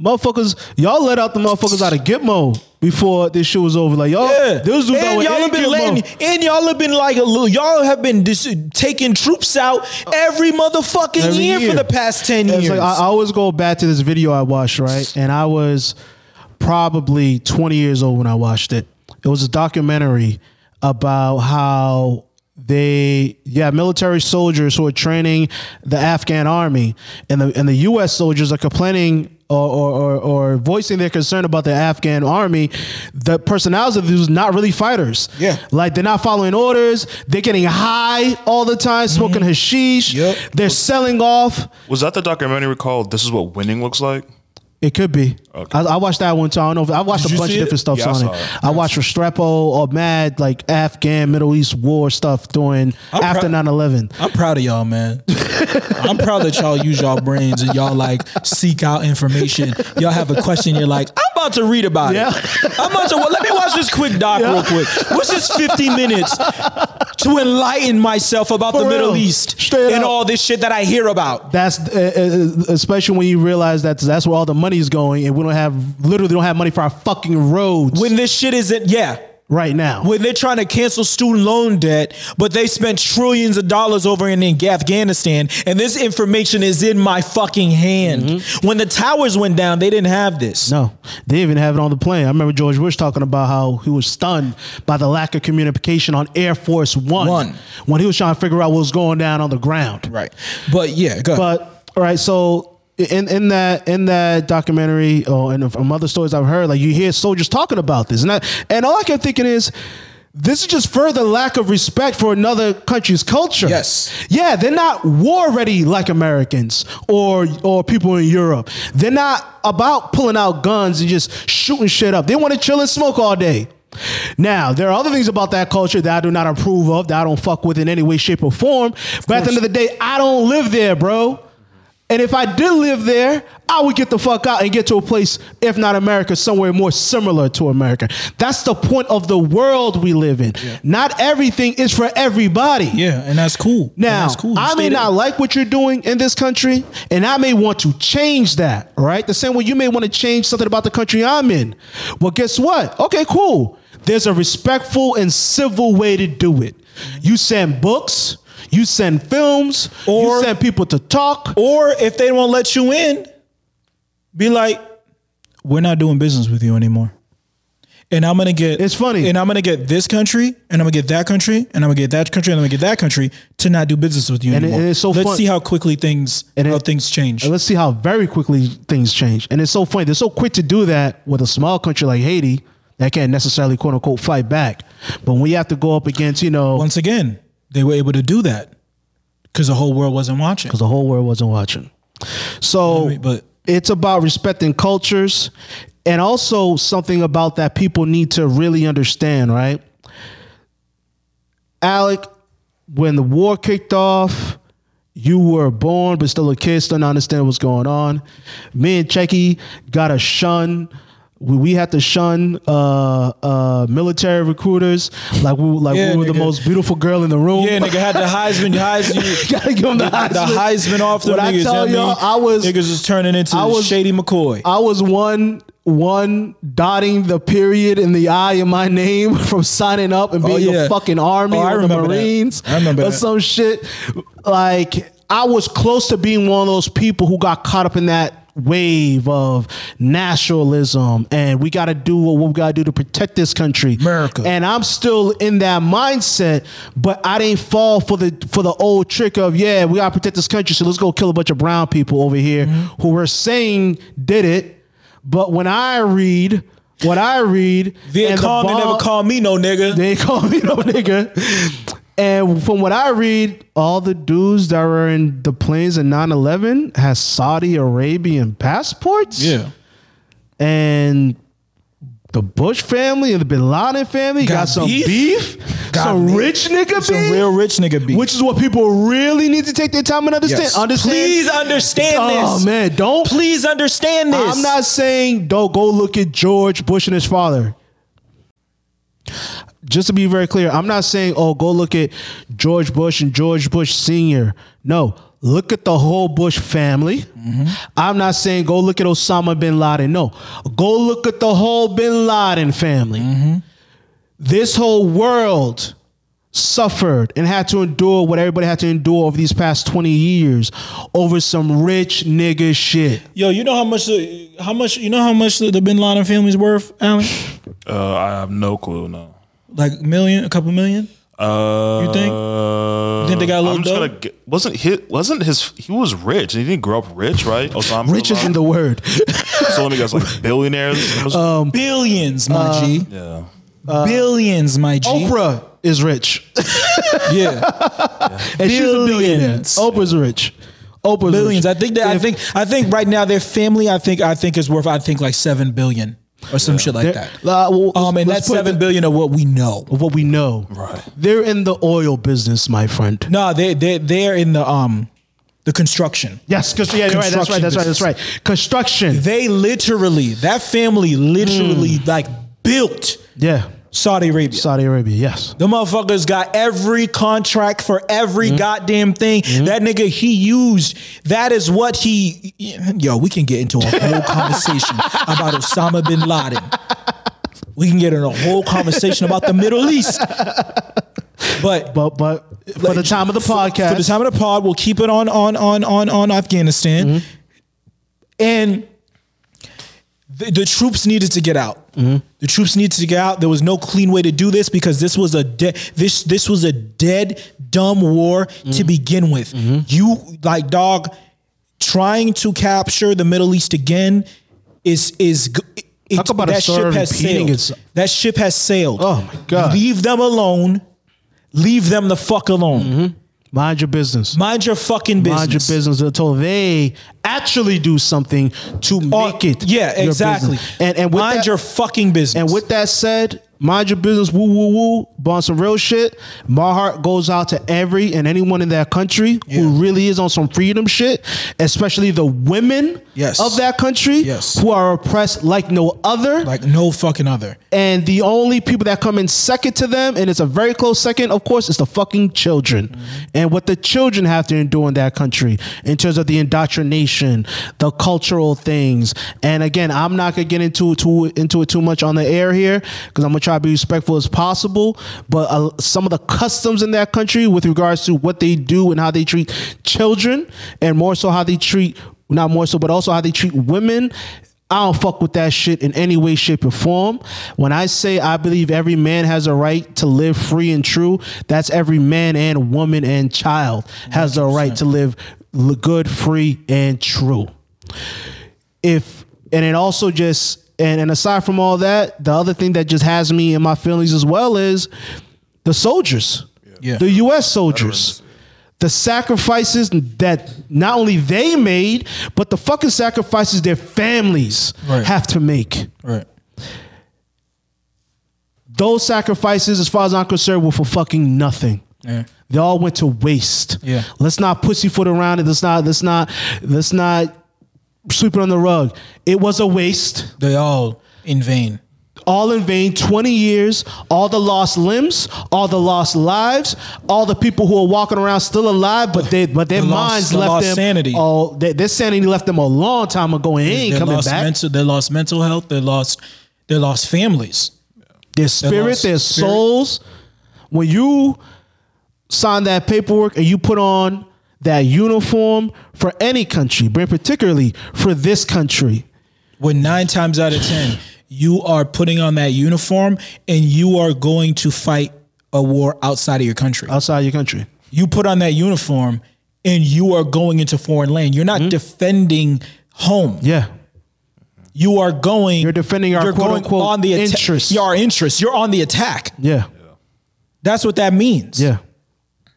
Motherfuckers, y'all let out the motherfuckers out of Gitmo before this shit was over. Like, y'all,
Yeah.
this dude that
and
went
y'all
in
have been
Gitmo.
letting, and y'all have been like a little, y'all have been dis- taking troops out every motherfucking
Every
year,
year.
for the past 10
It's
years.
like, I, I always go back to this video I watched, right? And I was probably 20 years old when I watched it. It was a documentary about how they, yeah, military soldiers who are training the Afghan army, and the and the U.S. soldiers are complaining. Or, or, or, or voicing their concern about the Afghan army, the personalities of these not really fighters.
Yeah.
Like they're not following orders. They're getting high all the time, smoking
Mm-hmm.
hashish.
Yep.
They're selling off.
Was that the documentary called "This Is What Winning Looks Like"?
It could be.
Okay.
I, I watched that one too. I don't know. If, I watched
Did
a
you
bunch of
see it?
different stuff
Yeah, I
on
saw
it.
it.
I watched Restrepo or Mad, like Afghan Middle East war stuff doing
I'm
after
proud-
9 11.
I'm proud of y'all, man. I'm proud that y'all use y'all brains and y'all like seek out information. Y'all have a question, you're like, I'm about to read about
Yeah.
it. I'm about to let me watch this quick doc real quick. What's this 50 minutes to enlighten myself about
For
the
real.
Middle East
Straight
and
up.
all this shit that I hear about?
That's uh, uh, especially when you realize that that's where all the money is going, and we don't have literally don't have money for our fucking roads
When this shit isn't, yeah.
right now.
When they're trying to cancel student loan debt, but they spent trillions of dollars over in Afghanistan, and this information is in my fucking hand. When the towers went down, they didn't have this.
Mm-hmm. No, they didn't even have it on the plane. I remember George Bush talking about how he was stunned by the lack of communication on Air Force One,
One.
when he was trying to figure out what was going down on the ground.
Right. But yeah, go ahead.
But all right, so in in that in that documentary oh, or in from other stories I've heard, like you hear soldiers talking about this, and I, and all I kept thinking is. This is just further lack of respect for another country's culture.
Yes.
Yeah, they're not war ready like Americans or or people in Europe. They're not about pulling out guns and just shooting shit up. They want to chill and smoke all day. Now, there are other things about that culture that I do not approve of, that I don't fuck with in any way, shape, or form. But at the end of the day, I don't live there, bro. And if I did live there, I would get the fuck out and get to a place, if not America, somewhere more similar to America. That's the point of the world we live in. Not everything is for everybody.
yeah, and that's cool. And
Now,
that's cool. You
I
stay
may
there.
not like what you're doing in this country, and I may want to change that, all right? The same way you may want to change something about the country I'm in. Well, guess what? Okay, cool. There's a respectful and civil way to do it. You send books, you send films,
Or-
you send people to talk.
Or if they won't let you in, be like, we're not doing business with you anymore. And I'm gonna get
It's funny.
And I'm gonna get this country, and I'm gonna get that country, and I'm gonna get that country, and I'm gonna get that country to not do business with you
And it-
anymore.
and it's so
Let's
fun-
see how quickly things
And
how
it-
things change.
And let's see how very quickly things change. And it's so funny. They're so quick to do that with a small country like Haiti that can't necessarily quote unquote fight back. But when you have to go up against, you know,
Once again, they were able to do that because the whole world wasn't watching.
because the whole world wasn't watching. So
Right, but-
it's about respecting cultures and also something about that people need to really understand, right? Alec, when the war kicked off, you were born but still a kid, still not understand what's going on. Me and Checky got a shun. We, we had to shun uh, uh, military recruiters like we like
Yeah,
we were
nigga.
the most beautiful girl in the room.
Yeah, nigga had the Heisman, Heisman,
Gotta give him the Heisman.
the Heisman off the
When
niggas.
I tell
you know
y'all,
what
I was
niggas is turning into
I was-
Shady McCoy.
I was one one dotting the period in the I in my name from signing up and
Oh,
being
yeah.
a fucking army
Oh, I
or the
remember that.
Marines
I remember
or
that.
some shit. Like I was close to being one of those people who got caught up in that wave of nationalism and we got to do what we got to do to protect this country
America.
and i'm still in that mindset but i didn't fall for the for the old trick of yeah we got to protect this country so let's go kill a bunch of brown people over here who were saying did it but when i read what i read
Viet
and
Cong, they
bomb-
never called me no nigga.
they ain't call me no nigga And from what I read, all the dudes that were in the planes in 9-11 has Saudi Arabian passports.
Yeah.
And the Bush family and the Bin Laden family got,
Got
some beef,
beef? Got
some
beef.
rich nigga beef,
Some real rich nigga beef.
which is what people really need to take their time and understand.
Yes.
Understand?
Please understand
oh,
this.
man, don't
Please understand this.
I'm not saying don't go look at George Bush and his father. Just to be very clear, I'm not saying oh go look at George Bush and George Bush senior. No, look at the whole Bush family.
Mm-hmm.
I'm not saying go look at Osama bin Laden. No, go look at the whole bin Laden family.
Mm-hmm.
This whole world suffered and had to endure what everybody had to endure over these past 20 years over some rich nigga shit.
Yo, you know how much the how much you know how much the, the Bin Laden family's worth, Alan?
Uh, I have no clue. No.
Like million, a couple million.
Uh,
You think? You think they got a little
I'm just
dough?
gonna get, wasn't his wasn't his he was rich. He didn't grow up rich, right? Oh, Osama
Rich isn't the word.
so let me guess, like billionaires.
Uh, Billions, my G.
yeah.
billions, my G.
Uh, Oprah is rich.
Yeah,
And she's a billionaire.
Billions.
Oprah's rich. Oprah's
billions.
rich.
I think that I
If-
think I think right now their family. I think I think is worth I think like seven billion or some shit like that.
Uh, well,
Um, and
let's
that's
put
seven
it-
billion of what we know.
of what we know.
Right.
They're in the oil business, my friend.
No, they they they're in the um the construction.
Yes, because yeah, you're right. That's right. That's right. That's right. Construction.
They literally that family literally like built
Yeah.
Saudi Arabia.
Saudi Arabia. Yes.
The motherfuckers got every contract for every goddamn thing. That nigga, he used. That is what he. Yo, we can get into a whole conversation about Osama bin Laden. We can get in a whole conversation about the Middle East. But
But but for the time of the podcast,
for the time of the pod, we'll keep it on on on on on Afghanistan,
Mm-hmm.
and the, the troops needed to get out.
Mm-hmm.
The troops needed to get out. There was no clean way to do this because this was a de- this this was a dead dumb war to
Mm-hmm.
begin with. You like dog trying to capture the Middle East again is is. g- It,
Talk about a
that
story
ship has
repeating
sailed.
itself.
That ship has sailed.
Oh my God.
Leave them alone. Leave them the fuck alone.
Mm-hmm. mind your business.
Mind your fucking business.
Mind your business until they actually do something to
Or-
make it.
Yeah,
your
exactly.
business. And and with
mind
that,
your fucking business.
And with that said, mind your business, woo woo woo, but on some real shit, my heart goes out to every and anyone in that country who really is on some freedom shit, especially the women
Yes.
of that country
Yes.
who are oppressed like no other.
like no fucking other.
and the only people that come in second to them, and it's a very close second, of course, is the fucking children. And what the children have to endure in that country in terms of the indoctrination, the cultural things. And again, I'm not gonna get into it too, into it too much on the air here because I'm gonna try to be respectful as possible. But uh, some of the customs in that country with regards to what they do and how they treat children, and more so how they treat not more so, but also how they treat women. I don't fuck with that shit in any way, shape, or form. When I say I believe every man has a right to live free and true, that's every man and woman and child has a right to live l- good, free, and true. If and it also just and, and aside from all that, the other thing that just has me in my feelings as well is the soldiers,
Yeah.
the U.S. soldiers the sacrifices that not only they made, but the fucking sacrifices their families
Right.
have to make.
Right.
Those sacrifices, as far as I'm concerned, were for fucking nothing.
Yeah.
They all went to waste.
Yeah.
Let's not pussyfoot around it. Let's not. Let's not. Let's not sweep it on the rug. It was a waste.
They all in vain.
All in vain. Twenty years. All the lost limbs. All the lost lives. All the people who are walking around still alive, but they but their
They lost-
minds
they
left
lost
them.
sanity.
Oh, their, their sanity left them a long time ago, and it ain't
they
coming
lost
back.
mental. They lost mental health. They lost. They lost families.
their spirit,
lost
their
spirit.
souls. When you sign that paperwork and you put on that uniform for any country, but particularly for this country,
When nine times out of ten you are putting on that uniform and you are going to fight a war outside of your country.
outside your country.
you put on that uniform and you are going into foreign land. You're
Hmm?
not defending home.
Yeah.
You are going.
You're defending our quote, unquote,
atta-
interests.
Your interests. You're on the attack.
Yeah.
That's what that means.
Yeah.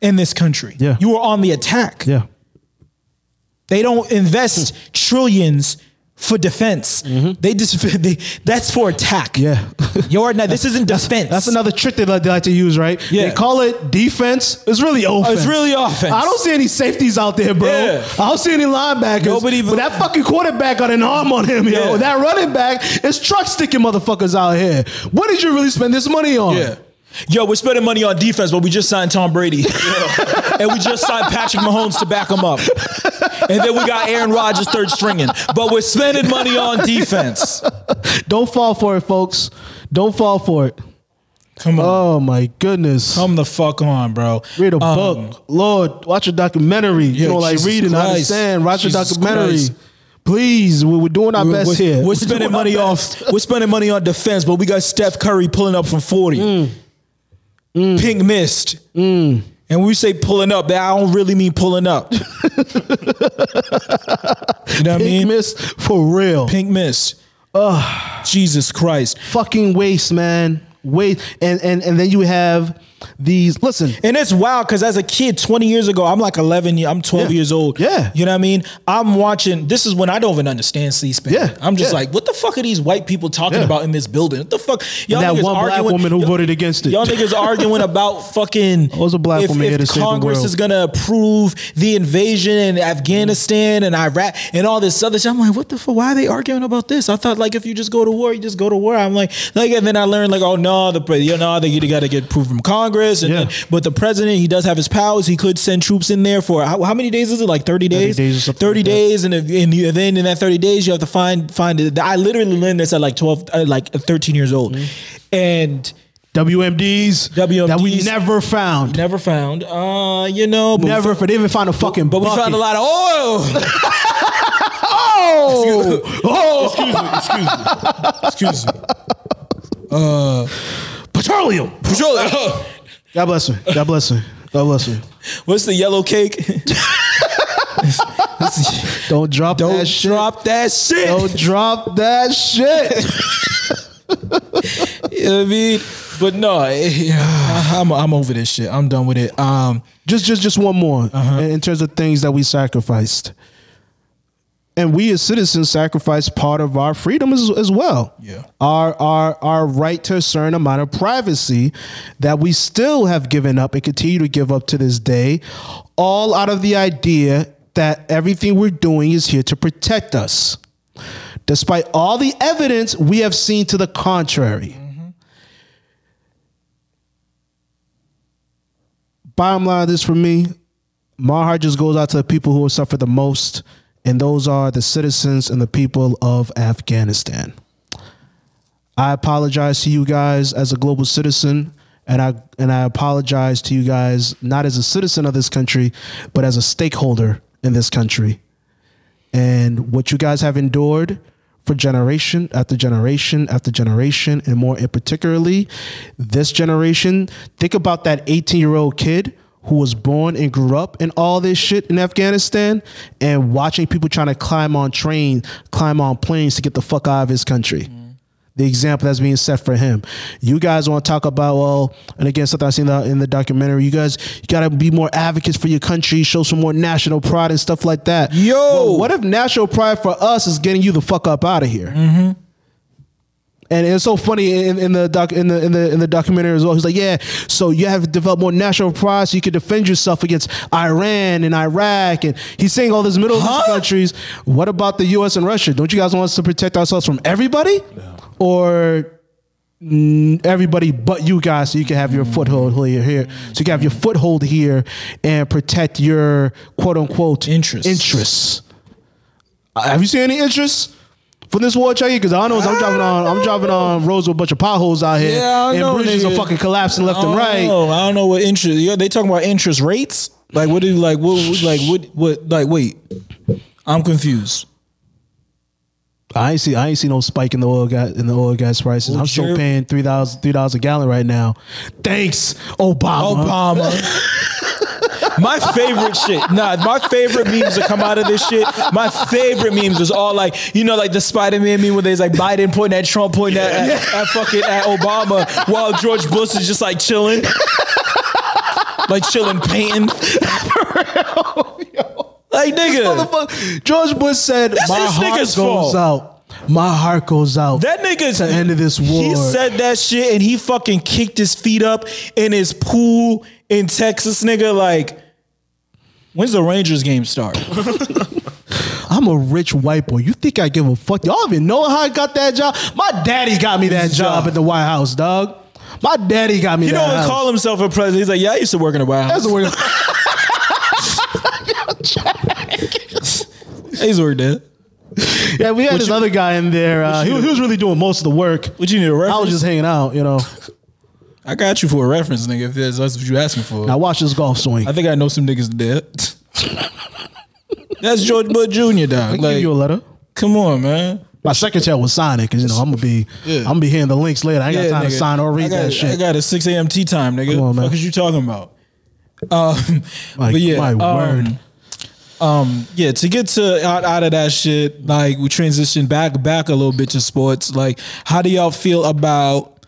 in this country.
Yeah.
You are on the attack.
Yeah.
They don't invest trillions for defense. They just they, that's for attack.
Mm-hmm. Yeah.
You're now this isn't defense.
That's another trick they like, they like to use, right?
Yeah. Oh,
They call it defense. It's really offense.
it's really offense.
I don't see any safeties out there, bro.
Yeah.
I don't see any linebackers.
Nobody
but that fucking quarterback got an arm on him,
Yeah.
yo. That running back is truck sticking motherfuckers out here. What did you really spend this money on?
Yeah. Yo, we're spending money on defense, but we just signed Tom Brady. and we just signed Patrick Mahomes to back him up. And then we got Aaron Rodgers third stringing. But we're spending money on defense.
Don't fall for it, folks. Don't fall for it.
Come on.
Oh my goodness.
Come the fuck on, bro.
read a
Um,
book. Lord, watch a documentary. you
Yeah,
know, like
Jesus
reading, I
Christ.
understand. Watch
Jesus
a documentary.
Christ.
Please, we- we're doing our
We're,
best
we're-
here.
we're
We're
spending
doing our
money on
best.
we're spending money on defense, but we got Steph Curry pulling up from 40.
Mm.
Pink missed. And when we say pulling up, that I don't really mean pulling up. you know what I mean?
Pink miss for real.
Pink mist. Ugh. Jesus Christ.
Fucking waste, man. Waste. And and and then you have these. Listen,
And it's wild because as a kid, 20 years ago, I'm like 11, ye- I'm 12
Yeah.
years old.
Yeah.
You know what I mean? I'm watching, this is when I don't even understand C SPAN.
Yeah.
I'm just
Yeah.
like, what the fuck are these white people talking
Yeah.
about in this building? What the fuck? Y'all
that
niggas
one black woman who voted against it.
Y'all niggas arguing about fucking.
was a black
if,
woman
if
here to save the
Congress
world.
is gonna approve the invasion in Afghanistan and Iraq and all this other shit. I'm like, what the fuck? Why are they arguing about this? I thought like if you just go to war, you just go to war. I'm like, like, and then I learned like, oh no, the pre- you know they got to get approved from Congress. And
Yeah.
then, but the president, he does have his powers. He could send troops in there for how, how many days is it? Like 30 days.
days or something like that.
days, and, if, and you- then in that 30 days, you have to find find. it. I literally learned this at like 12, uh, like 13 years old,
Mm-hmm.
and.
WMDs, that we
WMDs.
never found.
Never found. Uh, you know, but
Never,
We,
for they even found a fucking
but we
bucket.
found a lot of oil.
Oh, oh,
Excuse me. Excuse me.
Excuse me.
petroleum.
Petroleum.
God bless her. God bless her. God bless her.
What's the yellow cake?
Don't drop
Don't
that shit.
drop that shit.
Don't drop that shit.
You know what I mean? But no, eh, I'm I'm over this shit. I'm done with it. Um,
just just just one more in, in terms of things that we sacrificed and we as citizens sacrifice part of our freedom as, as well
Yeah.
our our our right to a certain amount of privacy that we still have given up and continue to give up to this day all out of the idea that everything we're doing is here to protect us despite all the evidence we have seen to the contrary bottom line of this for me, my heart just goes out to the people who have suffered the most, and those are the citizens and the people of Afghanistan. I apologize to you guys as a global citizen, and I and I apologize to you guys not as a citizen of this country, but as a stakeholder in this country. And what you guys have endured for generation after generation after generation, and more in particularly this generation, think about that 18 year old kid who was born and grew up in all this shit in Afghanistan and watching people trying to climb on train, climb on planes to get the fuck out of his country the example that's being set for him. You guys want to talk about well, and again something I seen in the, in the documentary. You guys, you gotta be more advocates for your country, show some more national pride and stuff like that.
Yo!
Well, what if national pride for us is getting you the fuck up out of here? And it's so funny in, in the doc in the in the in the documentary as well. He's like, yeah, so you have to develop more national pride so you can defend yourself against Iran and Iraq, and he's saying all these Middle East
Huh?
countries. What about the U.S. and Russia? Don't you guys want us to protect ourselves from everybody, or mm, everybody but you guys, so you can have
Mm.
your foothold here, here, so you can have your foothold here and protect your quote unquote
Interests.
Interests. Uh, Have you seen any interests from this war, Chucky? Because I know I'm driving on, I'm driving on roads with a bunch of potholes out here,
Yeah, I
and
know,
bridges
nigga.
are fucking collapsing left
I
and
don't
right.
know. Oh, I don't know what interest. Yeah, they talking about interest rates. Like what do you like? What what- like what what like? Wait, I'm confused.
I ain't see, I ain't see no spike in the oil gas in the oil gas prices. I'm still
Jer-
paying three dollars, three dollars a gallon right now. Thanks, Obama.
Obama. My favorite shit. Nah, my favorite memes that come out of this shit. My favorite memes was all like, you know, like the Spider Man meme where there's like Biden pointing at Trump, pointing at, at, at fucking at Obama, while George Bush is just like chilling. like chilling, painting. like nigga,
Motherfuck- George Bush said,
That's
"My
his
heart goes
nigga's fault."
out. My heart goes out."
that nigga's
to end of this war.
He said that shit and he fucking kicked his feet up in his pool in Texas, nigga. Like, when's the Rangers game start?
I'm a rich white boy. You think I give a fuck? Y'all even know how I got that job? My daddy got me that job at the White House, dog. My daddy got me
He
that
don't even
house.
call himself a president. He's like, yeah, I used to work in the White House.
That's the word.
I used to work there.
yeah, we had this other guy in there. Uh, he, was- he was really doing most of the work.
What you need a reference?
I was just hanging out, you know.
I got you for a reference, nigga. If that's that's what you asking for.
I watched this golf swing.
I think I know some niggas dead. That's George Bush Jr. dog.
I'll give
Like,
you a letter.
come on, man.
My secretary was signing because you know I'm gonna be I'm gonna be hearing the links later. I ain't got time to
nigga.
sign or read
I got,
that
I
shit.
got a 6 a.m. tea time, nigga.
Come on,
What the
man.
fuck is you talking about? Um,
My-
but yeah,
my
um,
word.
Um, yeah, to get to out, out of that shit, like we transition back back a little bit to sports. Like, how do y'all feel about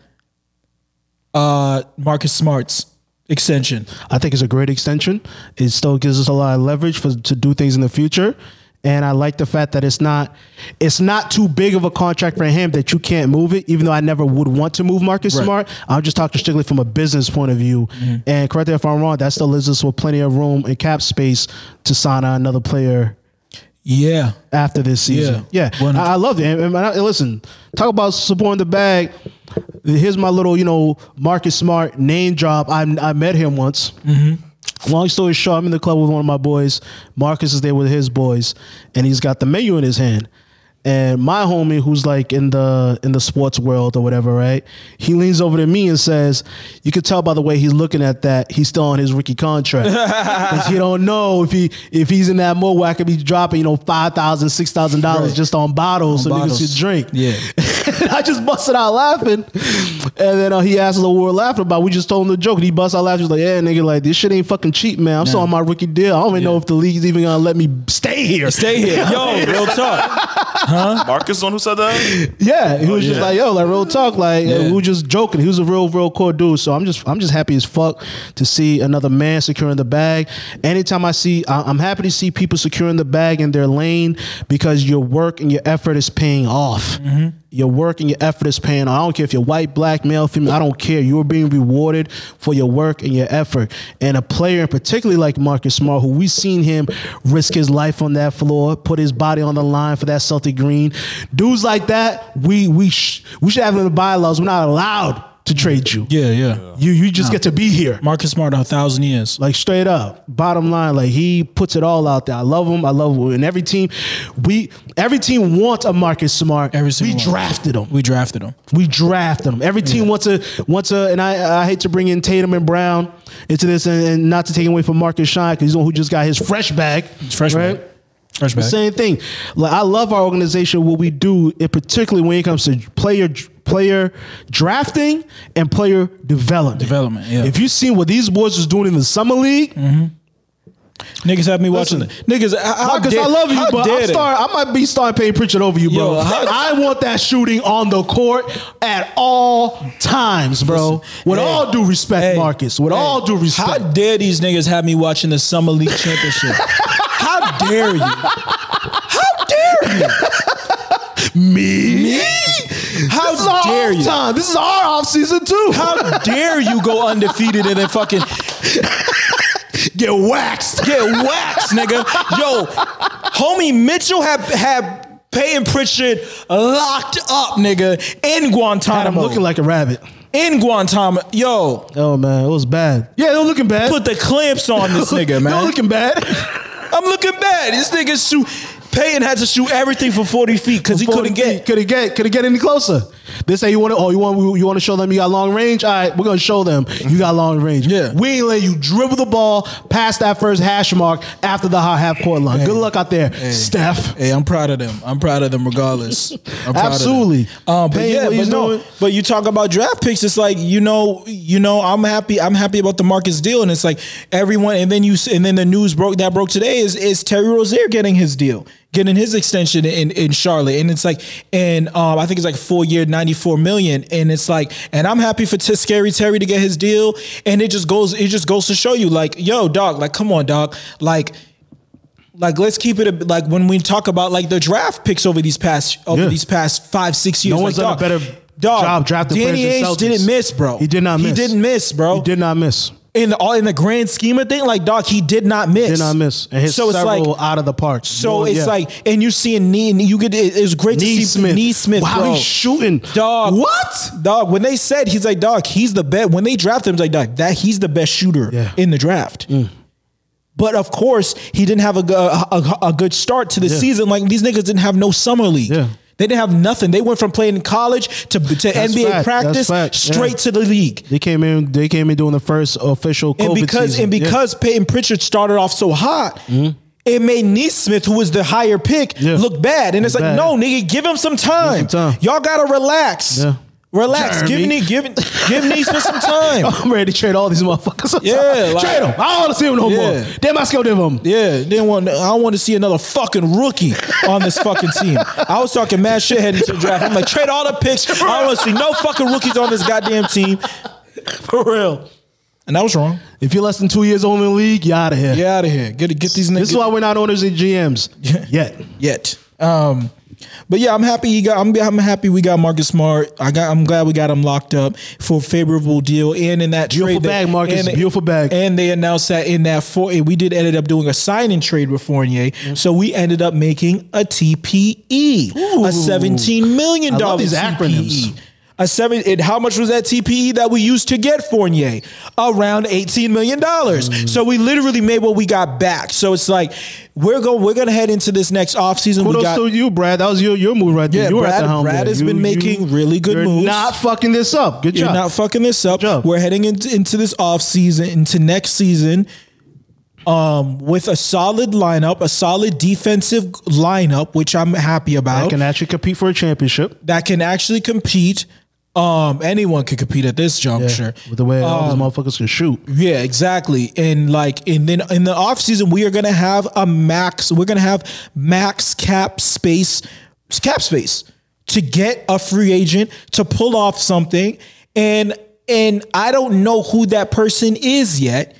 uh Marcus Smart's extension?
I think it's a great extension. It still gives us a lot of leverage for to do things in the future. And I like the fact that it's not it's not too big of a contract for him that you can't move it, even though I never would want to move Marcus Smart. I'm just talking strictly from a business point of view.
Mm-hmm.
And correct me if I'm wrong, that still leaves us with plenty of room and cap space to sign on another player
Yeah,
after this season.
Yeah.
Yeah,
One-
I, I love it. And, and I- and listen, talk about supporting the bag. Here's my little, you know, Marcus Smart name drop. I I met him once. Long story short, I'm in the club with one of my boys. Marcus is there with his boys, and he's got the menu in his hand. And my homie, who's like in the in the sports world or whatever, right? He leans over to me and says, "You can tell by the way he's looking at that, he's still on his rookie contract. 'Cause you don't know if he if he's in that mode where I could be dropping, you know, five thousand, six thousand dollars
Right.
just on bottles so
bottles.
niggas could drink.
yeah.
And I just busted out laughing. And then uh, he asked us what we were laughing about. We just told him the joke. And he busted out laughing. He was like, yeah, nigga, like, this shit ain't fucking cheap, man. I'm still on my rookie deal. I don't even know if the league's even going to let me stay here.
Stay here, yo. Real talk.
Marcus, the one who said that.
Yeah. He was just
yeah.
like, yo, like, real talk. Like,
Oh, Yeah.
we were just joking. He was a real, real cool dude. So I'm just I'm just happy as fuck to see another man securing the bag. Anytime I see, I- I'm happy to see people securing the bag in their lane because your work and your effort is paying off.
Mm-hmm.
Your work and your effort is paying. off. I don't care if you're white, black, male, female. I don't care. You're being rewarded for your work and your effort. And a player, particularly like Marcus Smart, who we've seen him risk his life on that floor, put his body on the line for that Celtic green. Dudes like that, we we sh- we should have in the bylaws. We're not allowed to trade you.
Yeah, yeah.
You you just get to be here.
Marcus Smart, a thousand years.
Like straight up, bottom line, like he puts it all out there. I love him. I love him. And every team, we every team wants a Marcus Smart.
Every
we
single one.
drafted him.
We drafted him.
We draft them. Every team wants a wants a, and I I hate to bring in Tatum and Brown into this, and, and not to take away from Marcus Shine because he's the one who just got his fresh bag.
Freshman. Freshman.
Same thing. Like I love our organization. What we do, in particularly when it comes to player player drafting and player development.
Development, yeah.
If you seen what these boys was doing in the summer league,
Niggas have me watching.
Listen,
the- niggas, I, I,
Marcus, I love you, but I'm start, I might be starting paying Pritchard over you, bro.
Yo, how-
I want that shooting on the court at all times, bro. with
hey,
all due respect, Marcus. With all due respect.
How dare these niggas have me watching the summer league championship? how dare you? How dare you?
me?
How
this is our
dare
off
you?
time. This is our off season too.
How dare you go undefeated and then fucking
Get waxed.
get waxed, nigga? Yo, homie Mitchell had had Peyton Pritchard locked up, nigga, in
I'm
Guantanamo.
looking like a rabbit.
in Guantanamo. Yo,
Oh man, it was bad. Yeah, they're looking bad.
put the clamps on this nigga, man.
They're looking bad.
I'm looking bad. This nigga shoot. Peyton had to shoot everything for 40 feet because he couldn't get.
could get could get any closer. They say you want to oh you want you want to show them you got long range. All right, we're gonna show them you got long range.
Yeah.
we ain't let you dribble the ball past that first hash mark after the high half court line. Good luck out there, Steph.
Hey, I'm proud of them. I'm proud of them regardless. I'm proud
Absolutely.
Of them. Um, but
Paying
yeah,
what
but
he's
no,
doing.
but you talk about draft picks. It's like you know, you know, I'm happy. I'm happy about the Marcus deal, and it's like everyone. And then you, s- and then the news broke that broke today is is Terry Rozier getting his deal, getting his extension in in Charlotte, and it's like, and um, I think it's like four year, ninety four million, and it's like, and I'm happy for T- Scary Terry to get his deal, and it just goes, it just goes to show you, like, yo, dog, like, come on, dog, like. Like let's keep it a, like when we talk about like the draft picks over these past over
Yeah.
these past five six years.
No
like,
one's done a
dog,
better
dog,
job drafting
Danny
players than
Ainge
Celtics.
didn't miss, bro.
He did not
He
miss.
didn't miss, bro
He did not miss.
in the all in the grand scheme of things, like dog, he did not miss.
Did not miss. And his
so it's
several
like
out of the park.
so
One-
it's
yeah.
like, and you seeing knee, you get it, it's great to see
Neesmith.
knee Smith.
Wow,
bro.
he's shooting.
Dog,
What?
Dog, when they said he's like, dog, he's the best. When they drafted him, it's like, dog, that he's the best shooter
Yeah. Mm.
in the draft. But of course, he didn't have a, go- a, a- a good start to the
Yeah.
season. Like these niggas didn't have no summer league.
Yeah.
They didn't have nothing. They went from playing in college to, to NBA
fact. That's
practice
fact. Yeah.
straight to the league.
They came in. They came in doing the first official COVID
and because
season.
and
Yeah.
because Peyton Pritchard started off so hot, it made Neesmith, who was the higher pick,
Yeah.
look bad. And it's
Look bad.
like, no, nigga, give him some time.
time.
Y'all gotta relax.
Yeah.
Relax. Give
Jeremy.
me give give Neesmith some time.
I'm ready to trade all these motherfuckers.
Yeah, like-
trade them. I don't want to see them no
Yeah.
more. Damn, I scared of them.
Yeah, didn't want. I don't want to see another fucking rookie on this fucking team. I was talking mad shit heading to the draft. I'm like, trade all the picks. I don't want to see no fucking rookies on this goddamn team, for real. And I was wrong.
If you're less than two years old in the league, you're out of here.
Get out of here. Get get these niggas.
This is why we're not owners and GMs yet.
yet. Um, but yeah, I'm happy he got. I'm, I'm happy we got Marcus Smart. I got. I'm glad we got him locked up for a favorable deal. And in that
Beautiful
trade that-
bag, Marcus.
and-
Beautiful bag.
And they announced that in that four, we did ended up doing a signing trade with Fournier. So we ended up making a TPE,
Ooh.
a 17 million
I love
dollar E.
these acronyms.
TPE. A seven. And how much was that TPE that we used to get Fournier? Around eighteen million dollars.
Mm.
So we literally made what we got back. So it's like we're going. We're going to head into this next offseason. We
Kudos
got
to you, Brad. That was your, your move right there.
Yeah,
you were at
Brad-
the helm.
Brad
there.
has
You-
been
you-
making really good
you're
moves.
Not fucking this up. Good
you're
job.
not fucking this up.
job.
We're heading into, into this offseason, into next season, um, with a solid lineup, a solid defensive lineup, which I'm happy
I
about.
can actually compete for a championship.
that can actually compete. Um, anyone could compete at this juncture.
With the way all
Um,
these motherfuckers can shoot.
Yeah, exactly. And like and then in the offseason, we are gonna have a max, we're gonna have max cap space cap space to get a free agent to pull off something. And and I don't know who that person is yet.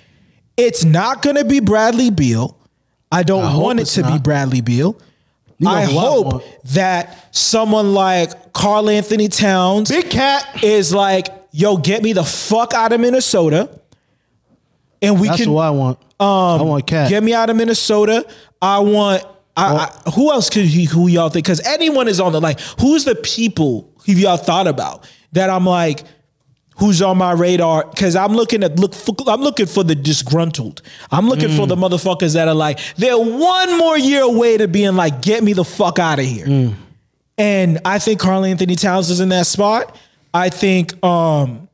It's not gonna be Bradley Beal. I don't
hope
want it
it's
to be
not.
Bradley Beal.
know
I
who I
hope
want.
that someone like Carl Anthony Towns
Big cat.
is like, yo, get me the fuck out of Minnesota. And we
That's
can um,
what I want. I want cat.
get me out of Minnesota. I want I, I who else could he, who y'all think? Because anyone is on the like, who's the people who y'all thought about that I'm like, who's on my radar? Because I'm looking at look, for, I'm looking for the disgruntled. I'm looking for the motherfuckers that are like, they're one more year away to being like, get me the fuck out of here. And I think Carl Anthony Towns is in that spot. I think um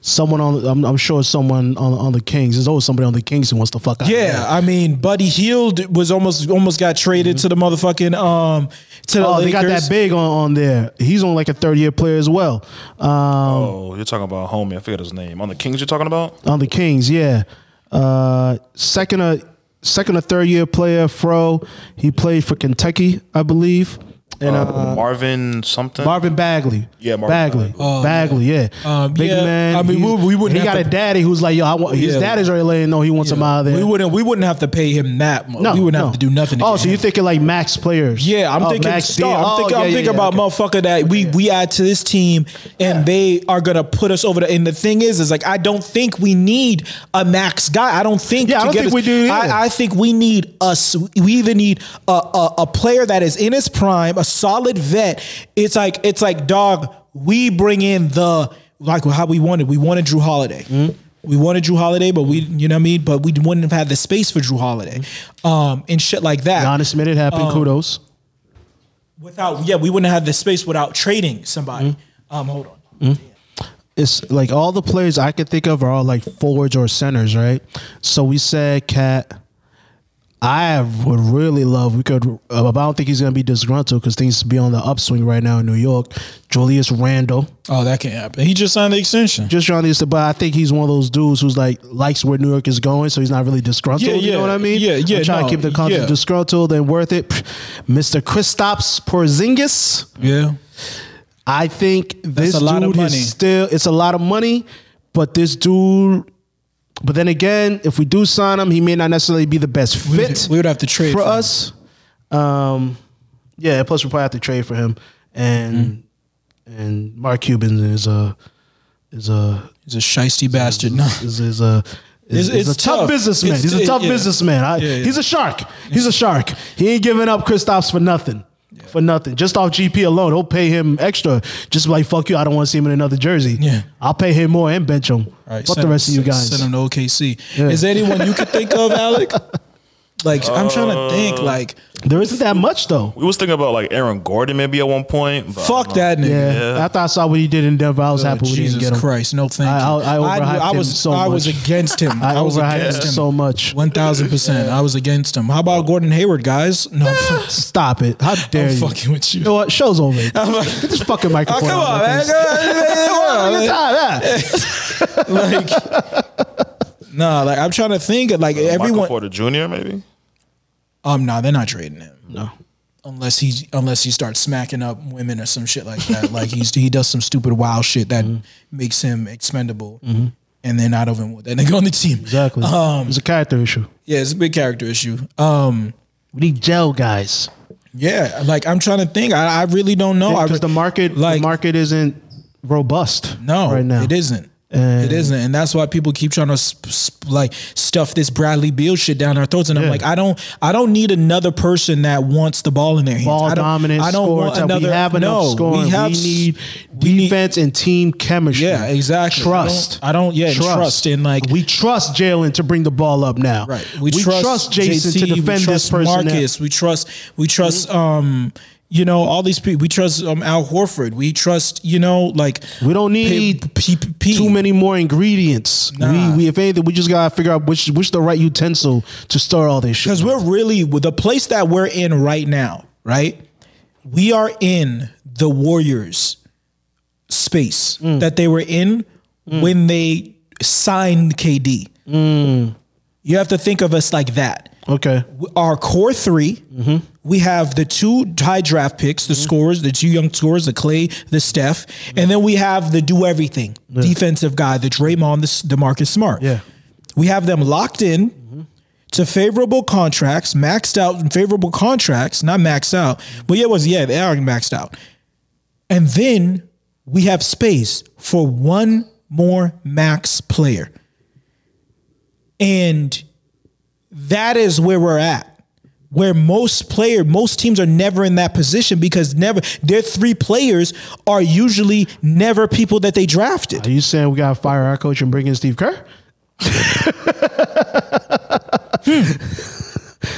someone on. I'm, I'm sure someone on on the Kings. There's always somebody on the Kings who wants to fuck out. of
Yeah,
there.
I mean, Buddy Heald was almost almost got traded to the motherfucking um to the
Mm-hmm. Oh,
Lakers.
they got that big on, on there. He's on like a third year player as well. Um,
Oh, you're talking about homie. I forget his name. On the Kings, you're talking about?
on the Kings, yeah. Uh, second or second or third year player, Fro. He played for Kentucky, I believe. And uh,
Marvin something.
Marvin Bagley.
Yeah, Marvin
Bagley. Bagley, yeah.
Um,
Big
Oh, yeah,
man.
I mean,
he,
we- we wouldn't
and He
have
got
to-
a daddy who's like, yo, I want, his
Yeah.
dad is already letting know he wants him out of there.
We wouldn't we wouldn't have to pay him that much. we wouldn't have to do nothing. To
Oh,
get
so you're
him.
thinking like max players?
Yeah, I'm
Oh,
thinking
max
star.
deal.
I'm
Oh,
thinking,
yeah,
I'm
yeah,
thinking
yeah,
about
okay.
motherfucker that we we add to this team and they are gonna put us over the and the thing is is like I don't think we need a max guy. I don't think
Yeah, I
to
don't
get
think
us-
we do either.
I, I think we need us we even need a, a a player that is in his prime, a solid vet. It's like it's like dog, we bring in the like how we wanted. We wanted Drew Holiday.
Mm-hmm.
We wanted Drew Holiday, but we, you know what I mean? But we wouldn't have had the space for Drew Holiday. Um, and shit like that
Mm-hmm. Giannis made it happen.
Um,
Kudos.
without yeah we wouldn't have the space without trading somebody um hold on
it's like all the players I could think of are all like forwards or centers, right? So we said Cat. I would really love we could. Uh, but I don't think he's gonna be disgruntled because things be on the upswing right now in New York. Julius Randle
Oh, that can't happen. He just signed the extension.
just trying to, but I think he's one of those dudes who's like likes where New York is going, so he's not really disgruntled.
Yeah,
You know
yeah,
what I mean?
yeah, yeah,
I'm trying
no,
to keep the concept
yeah.
disgruntled and worth it. Pff, Mr. Kristaps Porzingis.
Yeah.
I think this
a lot of
dude
money.
is still it's a lot of money, but this dude. But then again, if we do sign him, he may not necessarily be the best
We would-
fit
we would have to trade
for
for him.
us. Um, yeah. Plus, we probably have to trade for him, and
Hmm.
and Mark Cuban is a is a
He's a shisty bastard. No.
is, is a is,
It's-
is a
it's
tough,
tough.
businessman.
It's-
he's a
it-
tough
yeah.
businessman. I,
Yeah, yeah.
He's a shark. He's a shark. He ain't giving up Kristaps for nothing. For nothing. Just off GP alone, he'll pay him extra. Just like fuck you, I don't want to see him in another jersey.
Yeah.
I'll pay him more and bench him.
All right,
fuck
send
the
him-
rest of you
send-
guys.
Send him to OKC. Is there anyone you could think of, Alec? Like, I'm trying to think. Like,
There isn't that much though.
We was thinking about like Aaron Gordon maybe at one point. But
fuck that nigga.
Yeah. After I saw what he did in Denver, I was happy we
Oh, Jesus
didn't get him.
Christ! No, thank
I-
you.
I- I overhyped
I was
him so
I was
much.
against him.
I,
was
overhyped
against
him
him
so much.
One thousand percent. I was against him. How about Gordon Hayward, guys? No, fuck-
Stop it. How dare
I'm
you?
fucking with you.
You know what? Show's over. Get this fucking
Oh,
microphone.
come
out
on,
of my
man.
face.
Come on, man.
Look at that.
like, nah, like I'm trying to think. Like
Michael
everyone,
Porter Jr. Maybe.
um, nah, they're not trading him. No, unless he unless he starts smacking up women or some shit like that. like he's he does some stupid wild shit that
Mm-hmm.
makes him expendable, and then I don't even want that nigga on the team.
Exactly.
Um,
it's a character issue.
Yeah, it's a big character issue. Um,
We need gel guys
yeah, like I'm trying to think. I, I really don't know. I
because the
re-
market,
like-
the market isn't robust.
No,
right now
it isn't.
And-
it isn't, and that's why people keep trying to sp- sp- like stuff this Bradley Beal shit down our throats. And I'm
Yeah.
like, I don't, I don't need another person that wants the ball in their hands.
Ball
I don't,
dominant.
I don't
scorer
want
type.
another.
We have enough
no,
scoring.
we
We,
have s-
need
we need-
defense and team chemistry.
Yeah, exactly. I don't-
Trust.
I don't- yeah, and trust and, like-
we trust Jalen to bring the ball up now.
Right.
We, trust, Jason
JT,
to defend
we trust
this person. now. Mm-hmm.
Marcus. We trust. We trust. Um, you know all these people. We trust um, Al Horford. We trust. You know, like
We don't need
P- P- P-
too many more ingredients.
Nah.
We, we, if anything, we just gotta figure out which which the right utensil to start all this shit.
because we're really with the place that we're in right now, right? We are in the Warriors space that they were in when they signed KD. You have to think of us like that.
Okay.
Our core 3 we have the two high draft picks, the scorers, the two young scorers, the Clay, the Steph, and then we have the do everything defensive guy, the Draymond, the, the Marcus Smart.
Yeah.
We have them locked in to favorable contracts, maxed out and favorable contracts, not maxed out, but yeah, it was yeah, they are maxed out. And then we have space for one more max player. And that is where we're at. Where most player, most teams are never in that position because never their three players are usually never people that they drafted.
Are you saying we gotta fire our coach and bring in Steve Kerr?
Hmm.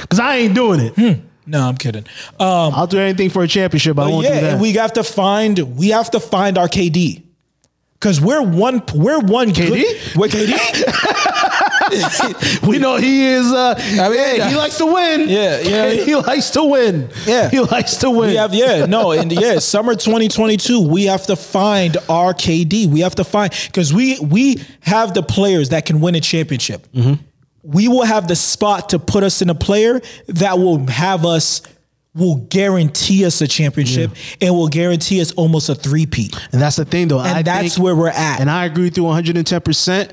Because I ain't doing it.
No, I'm kidding.
I'll do anything for a championship. but I won't
yeah,
do that.
and we have to find we have to find our KD. Cause we're one we're one KD?
KD?
we're KD?
We know he is. Uh,
mean,
yeah, he
uh,
likes to win.
yeah, yeah.
he likes to win.
Yeah.
he likes to win.
we have yeah, no, and yeah, summer 2022, we have to find our KD. We have to find because we we have the players that can win a championship.
Mm-hmm.
We will have the spot to put us in a player that will have us will guarantee us a championship and will guarantee us almost a three-peat.
and that's the thing, though.
And
I
that's
think-
where we're at.
And I agree with you 110. percent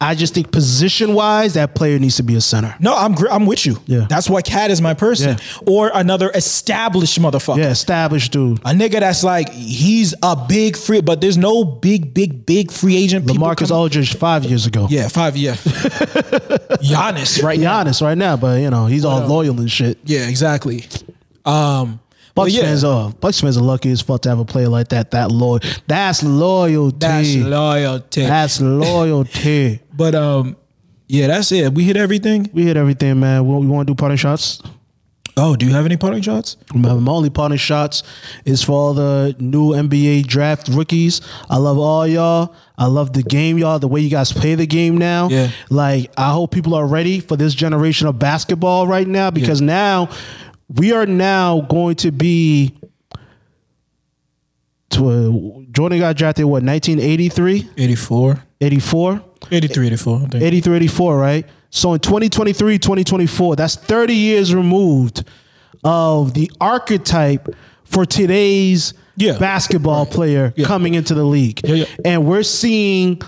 I just think position wise, that player needs to be a center.
No, I'm gr- I'm with you.
Yeah.
That's why Cat is my person.
Yeah.
Or another established motherfucker.
Yeah, established dude.
A nigga that's like he's a big free, but there's no big, big, big free agent. people
Lamarcus
coming-
Aldridge five years ago.
Yeah, five. Yeah, Giannis, right? now.
Giannis right now, but you know he's all loyal and shit.
Yeah, exactly. Um, but
Bucks
yeah,
fans are Bucks fans are lucky as fuck to have a player like that. That loyal. That's loyalty.
that's loyalty.
That's loyalty.
but um, yeah, that's it. We hit everything.
we hit everything, man. What we want to do? Parting shots.
Oh, do you have any parting shots?
My, my only parting shots is for all the new NBA draft rookies. I love all y'all. I love the game, y'all. The way you guys play the game now.
Yeah.
Like I hope people are ready for this generation of basketball right now because now we are now going to be. To, uh, Jordan got drafted what 1983,
84.
84.
83, 84. I think.
83, 84, right? So in 2023, 2024, that's 30 years removed of the archetype for today's
Yeah.
basketball player coming into the league.
Yeah, yeah.
And we're seeing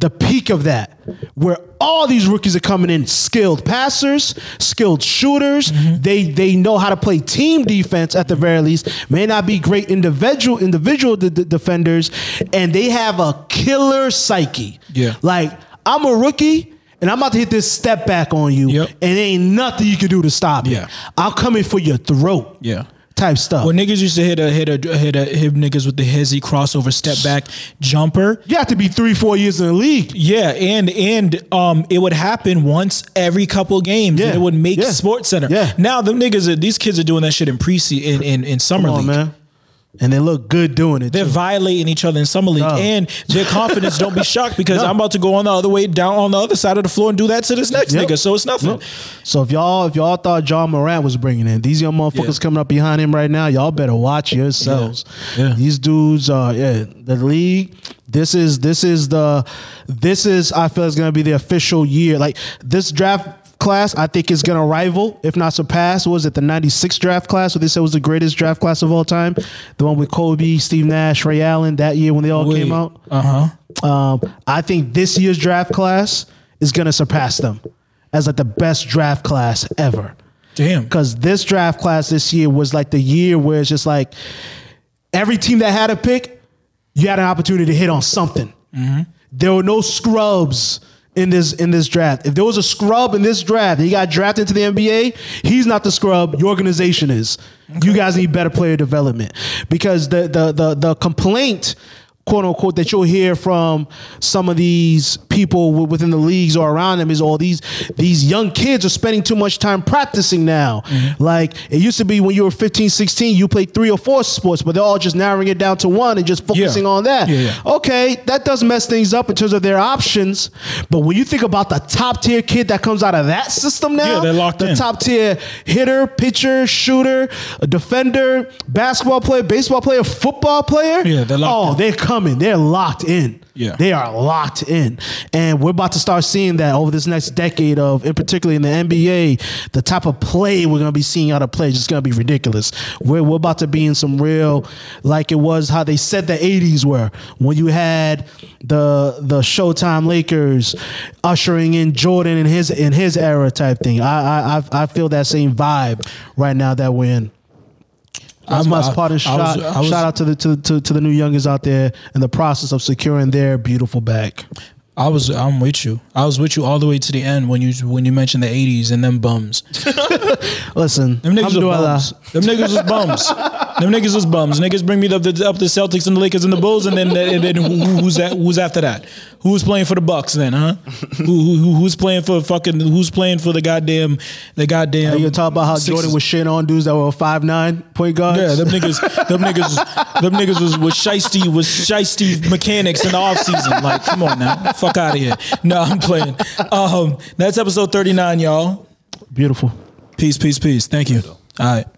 the peak of that where all these rookies are coming in skilled passers, skilled shooters.
Mm-hmm.
They they know how to play team defense at the very least. May not be great individual individual de- de- defenders and they have a killer psyche.
Yeah.
Like, I'm a rookie and I'm about to hit this step back on you,
Yep.
and ain't nothing you can do to stop
Yeah.
it. I'm coming for your throat.
Yeah.
Type stuff.
When niggas used to hit a hit a hit a hit niggas with the hezzy crossover step back jumper.
you have to be three, four years in the league.
Yeah, and and um, it would happen once every couple games.
Yeah,
And it would make
yeah,
Sports Center.
yeah.
Now them niggas, are, these kids are doing that shit in pre in in, in summer
Come on,
league.
man. And they look good doing it.
They're
too.
violating each other in summer league,
No.
and their confidence. don't be shocked because I'm about to go on the other way down on the other side of the floor and do that to this next
Yep.
nigga. So it's nothing.
So if y'all if y'all thought John Morant was bringing in these young motherfuckers
Yeah.
coming up behind him right now, y'all better watch yourselves.
Yeah. Yeah.
These dudes are yeah the league. This is this is the this is I feel is gonna be the official year. Like this draft class, I think is gonna rival if not surpass. What was it the '96 draft class? What they said was the greatest draft class of all time, the one with Kobe, Steve Nash, Ray Allen that year when they all came out.
Uh huh.
Um, I think this year's draft class is going to surpass them as like the best draft class ever.
Damn.
Because this draft class this year was like the year where it's just like every team that had a pick, you had an opportunity to hit on something. There were no scrubs in this in this draft. If there was a scrub in this draft, and he got drafted into the NBA. He's not the scrub. Your organization is. You guys need better player development because the the the the complaint. "Quote unquote," that you'll hear from some of these people wi- within the leagues or around them is all these these young kids are spending too much time practicing now. Like it used to be when you were 15, 16, you played three or four sports, but they're all just narrowing it down to one and just focusing on that.
Yeah, yeah.
Okay, that does mess things up in terms of their options. But when you think about the top tier kid that comes out of that system now,
Yeah, they're locked
the
in.
top tier hitter, pitcher, shooter, defender, basketball player, baseball player, football player.
Yeah, they're locked
Oh,
in.
they're coming. They're locked in.
Yeah.
They are locked in. And we're about to start seeing that over this next decade of, in particular in the NBA, the type of play we're going to be seeing out of play is just going to be ridiculous. We're, we're about to be in some real, like it was how they said the 80s were when you had the the Showtime Lakers ushering in Jordan in his in his era type thing. I I I- I feel that same vibe right now that we're in. That's
I'm-
my
I-
parting
I
shot.
was- I was-
shout out to the to, to, to the new youngins out there in the process of securing their beautiful back.
I was I'm with you. I was with you all the way to the end when you when you mentioned the 80s and them bums.
Listen,
Them niggas was
alhamdulillah.
bums. Them niggas was bums. Them niggas was bums. Niggas bring me up the up the Celtics and the Lakers and the Bulls, and then and then who, who's that? Who's after that? Who's playing for the Bucks then, huh? Who, who who's playing for fucking? Who's playing for the goddamn the goddamn?
Are you talking about how Jordan was shitting on dudes that were five nine point guards?
Yeah, them niggas, them niggas, them niggas was was shisty, was shisty mechanics in the off season. Like, come on now, fuck out of here. No, I'm playing. Um, that's episode 39, y'all.
beautiful.
Peace, peace, peace. Thank you. All right.